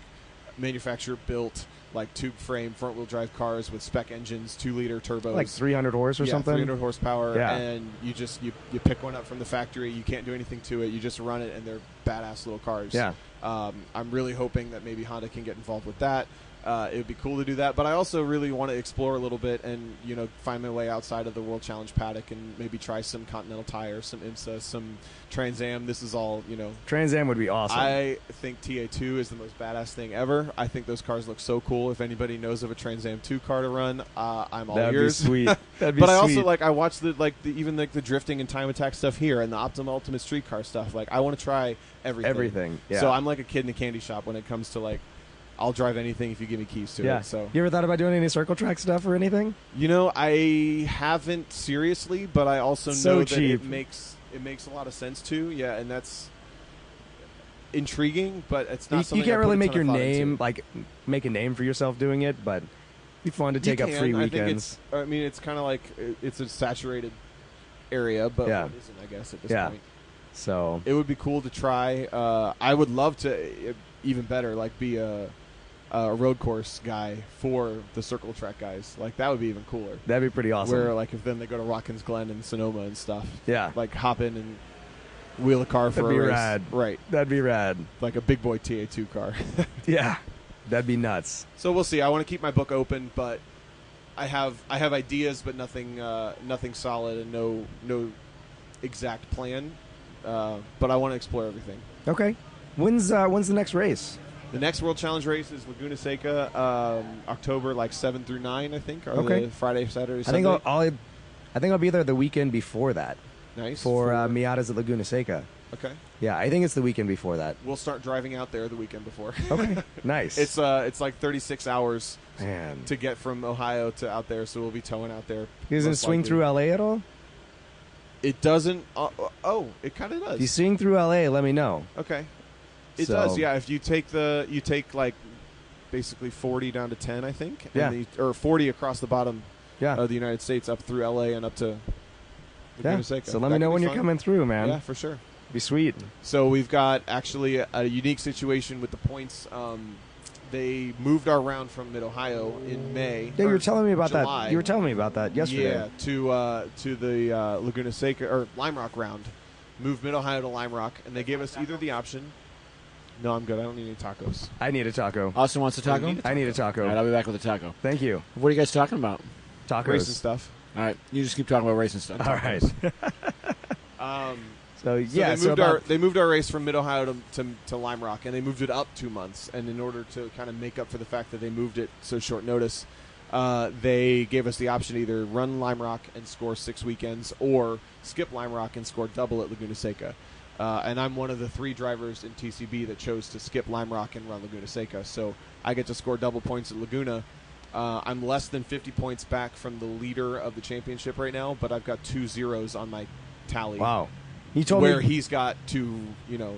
Speaker 2: manufacturer built, like tube frame front wheel drive cars with spec engines, two liter turbos,
Speaker 3: like 300 horse or
Speaker 2: Uh, yeah,
Speaker 3: something?
Speaker 2: 300 horsepower,
Speaker 3: Yeah.
Speaker 2: and you just you, you pick one up from the factory. You can't do anything to it. You just run it, and they're badass little cars.
Speaker 3: Yeah.
Speaker 2: Um, I'm really hoping that maybe Honda can get involved with that. Uh, it would be cool to do that, but I also really want to explore a little bit and you know find my way outside of the World Challenge paddock and maybe try some Continental Tire, some IMSA, some Trans Am. This is all you know
Speaker 3: Trans Am would be awesome.
Speaker 2: I think TA2 is the most badass thing ever. I think those cars look so cool. If anybody knows of a Trans Am 2 car to run, uh, I'm all
Speaker 3: That'd be
Speaker 2: ears.
Speaker 3: sweet. That'd be
Speaker 2: but I also
Speaker 3: sweet.
Speaker 2: like I watched the like the, even like the drifting and time attack stuff here and the Optima Ultimate Street Car stuff. Like I want to try everything.
Speaker 3: Everything, yeah.
Speaker 2: So I'm like a kid in a candy shop when it comes to like I'll drive anything if you give me keys to
Speaker 3: yeah.
Speaker 2: it. So
Speaker 3: You ever thought about doing any circle track stuff or anything?
Speaker 2: you know, I haven't seriously, but I also
Speaker 3: So
Speaker 2: know
Speaker 3: cheap.
Speaker 2: that it makes it makes a lot of sense too. Yeah, and that's intriguing, but it's not.
Speaker 3: You- you,
Speaker 2: something I
Speaker 3: can't
Speaker 2: put
Speaker 3: really
Speaker 2: a
Speaker 3: make
Speaker 2: ton
Speaker 3: your
Speaker 2: of thought
Speaker 3: name
Speaker 2: into.
Speaker 3: like make a name for yourself doing it, but it'd be fun to
Speaker 2: You
Speaker 3: take up
Speaker 2: can.
Speaker 3: free
Speaker 2: I think
Speaker 3: weekends.
Speaker 2: it's. I mean, it's kind of like it- it's a saturated area, but
Speaker 3: Yeah.
Speaker 2: it isn't, I guess, at this
Speaker 3: Yeah.
Speaker 2: point.
Speaker 3: So
Speaker 2: It would be cool to try. Uh, I would love to, uh, even better, like be a, a road course guy for the circle track guys. Like that would be even cooler.
Speaker 3: that'd be pretty awesome.
Speaker 2: Where like if then they go to Rockins Glen and Sonoma and stuff.
Speaker 3: Yeah.
Speaker 2: Like hop in and wheel a car for
Speaker 3: That'd
Speaker 2: a
Speaker 3: be
Speaker 2: race.
Speaker 3: rad.
Speaker 2: Right.
Speaker 3: that'd be rad.
Speaker 2: Like a big boy TA2 car.
Speaker 3: Yeah. That'd be nuts.
Speaker 2: so we'll see. I want to keep my book open, but I have I have ideas, but nothing uh, nothing solid and no no exact plan. Uh, but I want to explore everything.
Speaker 3: Okay. When's uh, when's the next race?
Speaker 2: The next World Challenge race is Laguna Seca, um, October like seven through nine, I think. Are
Speaker 3: Okay.
Speaker 2: the Friday, Saturday,
Speaker 3: I
Speaker 2: Sunday.
Speaker 3: think I'll, I'll I think I'll be there the weekend before that
Speaker 2: nice
Speaker 3: for uh, Miatas at Laguna Seca.
Speaker 2: Okay,
Speaker 3: Yeah, I think it's the weekend before that.
Speaker 2: we'll start driving out there the weekend before.
Speaker 3: Okay, nice.
Speaker 2: It's uh, it's like 36 hours
Speaker 3: man.
Speaker 2: to get from Ohio to out there, so we'll be towing out there.
Speaker 3: You guys gonna
Speaker 2: most
Speaker 3: swing
Speaker 2: likely.
Speaker 3: through LA at all?
Speaker 2: It doesn't. Uh, oh, it kind of
Speaker 3: If you
Speaker 2: does.
Speaker 3: swing through LA, let me know.
Speaker 2: okay, it
Speaker 3: So-
Speaker 2: does. Yeah, if you take the you take like basically 40 down to 10, I think. and
Speaker 3: Yeah.
Speaker 2: then you- or 40 across the bottom
Speaker 3: Yeah,
Speaker 2: of the United States, up through LA and up to.
Speaker 3: yeah.
Speaker 2: Laguna Seca.
Speaker 3: So
Speaker 2: That
Speaker 3: let me
Speaker 2: could
Speaker 3: know
Speaker 2: be
Speaker 3: when you're
Speaker 2: fun.
Speaker 3: coming through, man.
Speaker 2: Yeah, for sure.
Speaker 3: Be sweet.
Speaker 2: So we've got actually a, a unique situation with the points. Um, they moved our round from Mid Ohio in May.
Speaker 3: Yeah, you
Speaker 2: or
Speaker 3: were telling me about
Speaker 2: July.
Speaker 3: that. You were telling me about that yesterday.
Speaker 2: Yeah, to uh, to the uh, Laguna Seca or Lime Rock round, moved Mid Ohio to Lime Rock, and they gave us either the option. No, I'm good. I don't need any tacos.
Speaker 3: I need a taco.
Speaker 2: Uh,
Speaker 4: Austin wants a taco.
Speaker 3: I need a
Speaker 4: All
Speaker 3: taco.
Speaker 4: right, I'll be back with a taco.
Speaker 3: Thank you.
Speaker 4: What are you guys talking about?
Speaker 3: Tacos.
Speaker 2: Racing stuff.
Speaker 4: All right, you just keep talking about racing stuff.
Speaker 3: All right.
Speaker 2: Um,
Speaker 3: So
Speaker 2: so
Speaker 3: yeah,
Speaker 2: they
Speaker 3: so
Speaker 2: moved
Speaker 3: about-
Speaker 2: our they moved our race from Mid Ohio to, to to Lime Rock, and they moved it up two months. And in order to kind of make up for the fact that they moved it so short notice, uh, they gave us the option to either run Lime Rock and score six weekends or skip Lime Rock and score double at Laguna Seca. Uh, and I'm one of the three drivers in TCB that chose to skip Lime Rock and run Laguna Seca. So I get to score double points at Laguna. Uh, I'm less than 50 points back from the leader of the championship right now, but I've got two zeros on my tally
Speaker 3: Wow. He told
Speaker 2: where
Speaker 3: me
Speaker 2: he's got to, you know,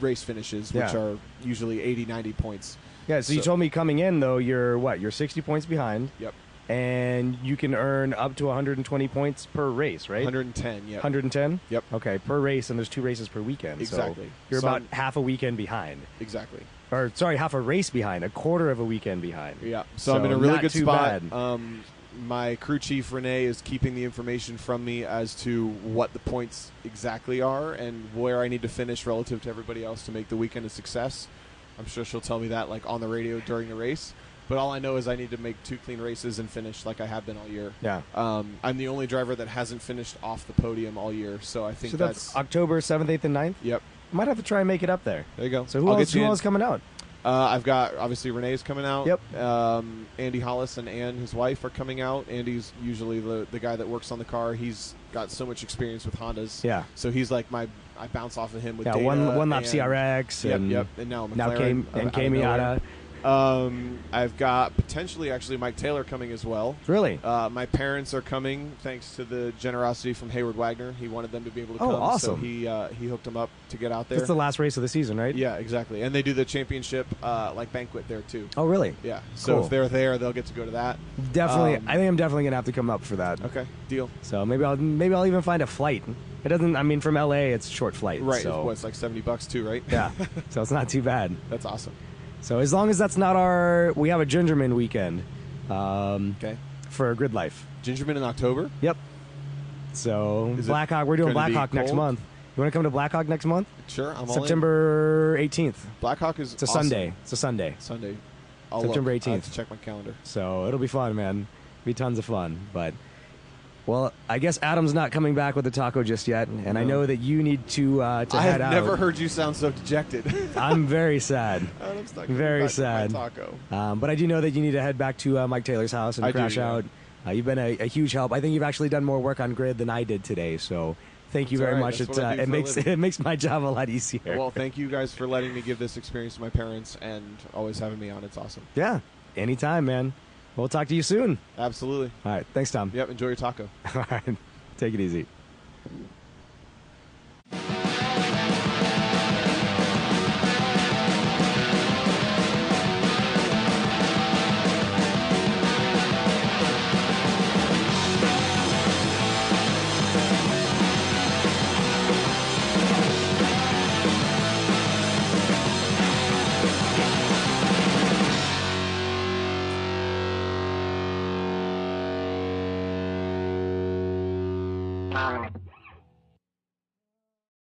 Speaker 2: race finishes, which
Speaker 3: Yeah.
Speaker 2: are usually 80, 90 points.
Speaker 3: Yeah, so, you
Speaker 2: so-
Speaker 3: told me coming in though you're what? You're 60 points behind
Speaker 2: Yep.
Speaker 3: and you can earn up to 120 points per race, right?
Speaker 2: 110, yep.
Speaker 3: 110?
Speaker 2: Yep.
Speaker 3: Okay, per race and there's two races per weekend. so
Speaker 2: Exactly.
Speaker 3: you're
Speaker 2: So
Speaker 3: about
Speaker 2: I'm-
Speaker 3: half a weekend behind.
Speaker 2: Exactly.
Speaker 3: Or sorry, half a race behind, a quarter of a weekend behind.
Speaker 2: Yeah. So, I'm in a really
Speaker 3: not
Speaker 2: good
Speaker 3: too
Speaker 2: spot.
Speaker 3: bad.
Speaker 2: Um, my crew chief Renee is keeping the information from me as to what the points exactly are and where I need to finish relative to everybody else to make the weekend a success. I'm sure she'll tell me that like on the radio during the race. But all I know is I need to make two clean races and finish like I have been all year.
Speaker 3: Yeah.
Speaker 2: Um, I'm the only driver that hasn't finished off the podium all year, so I think
Speaker 3: So that's,
Speaker 2: that's,
Speaker 3: October 7th, 8th and 9th.
Speaker 2: yep.
Speaker 3: Might have to try and make it up there.
Speaker 2: There you go.
Speaker 3: So who
Speaker 2: I'll
Speaker 3: else
Speaker 2: get you
Speaker 3: who
Speaker 2: in.
Speaker 3: else coming out?
Speaker 2: Uh, I've got obviously Renee's coming out.
Speaker 3: Yep.
Speaker 2: Um, Andy Hollis and Ann, his wife, are coming out. Andy's usually the the guy that works on the car. He's got so much experience with Hondas.
Speaker 3: Yeah.
Speaker 2: So he's like my I bounce off of him with
Speaker 3: Yeah,
Speaker 2: data
Speaker 3: one one lap
Speaker 2: and-
Speaker 3: CRX
Speaker 2: Yep,
Speaker 3: and
Speaker 2: yep. And now
Speaker 3: now
Speaker 2: McLaren
Speaker 3: came
Speaker 2: out
Speaker 3: and
Speaker 2: of
Speaker 3: came
Speaker 2: nowhere.
Speaker 3: Miata.
Speaker 2: Um, I've got potentially actually Mike Taylor coming as well.
Speaker 3: Really?
Speaker 2: Uh, my parents are coming thanks to the generosity from Hayward Wagner. He wanted them to be able to
Speaker 3: Oh,
Speaker 2: come, so
Speaker 3: awesome.
Speaker 2: he uh, he hooked them up to get out there.
Speaker 3: That's the last race of the season, right?
Speaker 2: yeah, exactly. And they do the championship uh, like banquet there too.
Speaker 3: Oh, really?
Speaker 2: Yeah. So
Speaker 3: Cool.
Speaker 2: if they're there, they'll get to go to that.
Speaker 3: Definitely.
Speaker 2: Um,
Speaker 3: I think I'm definitely gonna have to come up for that.
Speaker 2: Okay, deal.
Speaker 3: So maybe I'll maybe I'll even find a flight. It doesn't. I mean, from LA, it's a short flight.
Speaker 2: Right.
Speaker 3: So
Speaker 2: What, it's like seventy bucks too, right?
Speaker 3: yeah. so it's not too bad.
Speaker 2: That's awesome.
Speaker 3: So as long as that's not our, we have a Gingerman weekend um,
Speaker 2: Okay.
Speaker 3: for Grid Life.
Speaker 2: Gingerman in October.
Speaker 3: Yep. So
Speaker 2: Is it
Speaker 3: Black Hawk, we're doing
Speaker 2: gonna
Speaker 3: Black
Speaker 2: be
Speaker 3: Hawk next
Speaker 2: cold?
Speaker 3: month. You want to come to Black Hawk next month?
Speaker 2: Sure, I'm
Speaker 3: September 18th.
Speaker 2: all in. Blackhawk is
Speaker 3: It's a
Speaker 2: awesome.
Speaker 3: Sunday. It's a Sunday.
Speaker 2: Sunday. I'll
Speaker 3: September
Speaker 2: look. I'll have
Speaker 3: 18th.
Speaker 2: to check my calendar.
Speaker 3: So it'll be fun, man. Be tons of fun. But well, I guess Adam's not coming back with the taco just yet, and I
Speaker 2: No.
Speaker 3: know that you need to uh, to
Speaker 2: I have
Speaker 3: head out.
Speaker 2: never heard you sound so dejected.
Speaker 3: I'm very sad.
Speaker 2: Adam's not coming
Speaker 3: Very
Speaker 2: back with my
Speaker 3: sad.
Speaker 2: taco.
Speaker 3: Um, but I do know that you need to head back to uh, Mike Taylor's house and
Speaker 2: I do,
Speaker 3: crash
Speaker 2: yeah.
Speaker 3: out. Uh, you've been a, a huge help. I think you've actually done more work on grid than I did today. So thank you
Speaker 2: It's all
Speaker 3: very
Speaker 2: right.
Speaker 3: much.
Speaker 2: That's
Speaker 3: It,
Speaker 2: what I
Speaker 3: uh,
Speaker 2: do
Speaker 3: it
Speaker 2: for a
Speaker 3: makes
Speaker 2: living.
Speaker 3: it makes my job a lot easier.
Speaker 2: Well, thank you guys for letting me give this experience to my parents and always having me on. It's awesome.
Speaker 3: yeah, anytime, man. We'll talk to you soon.
Speaker 2: Absolutely.
Speaker 3: All right, thanks, Tom.
Speaker 2: Yep. Enjoy your taco.
Speaker 3: All right, take it easy.
Speaker 6: Bye.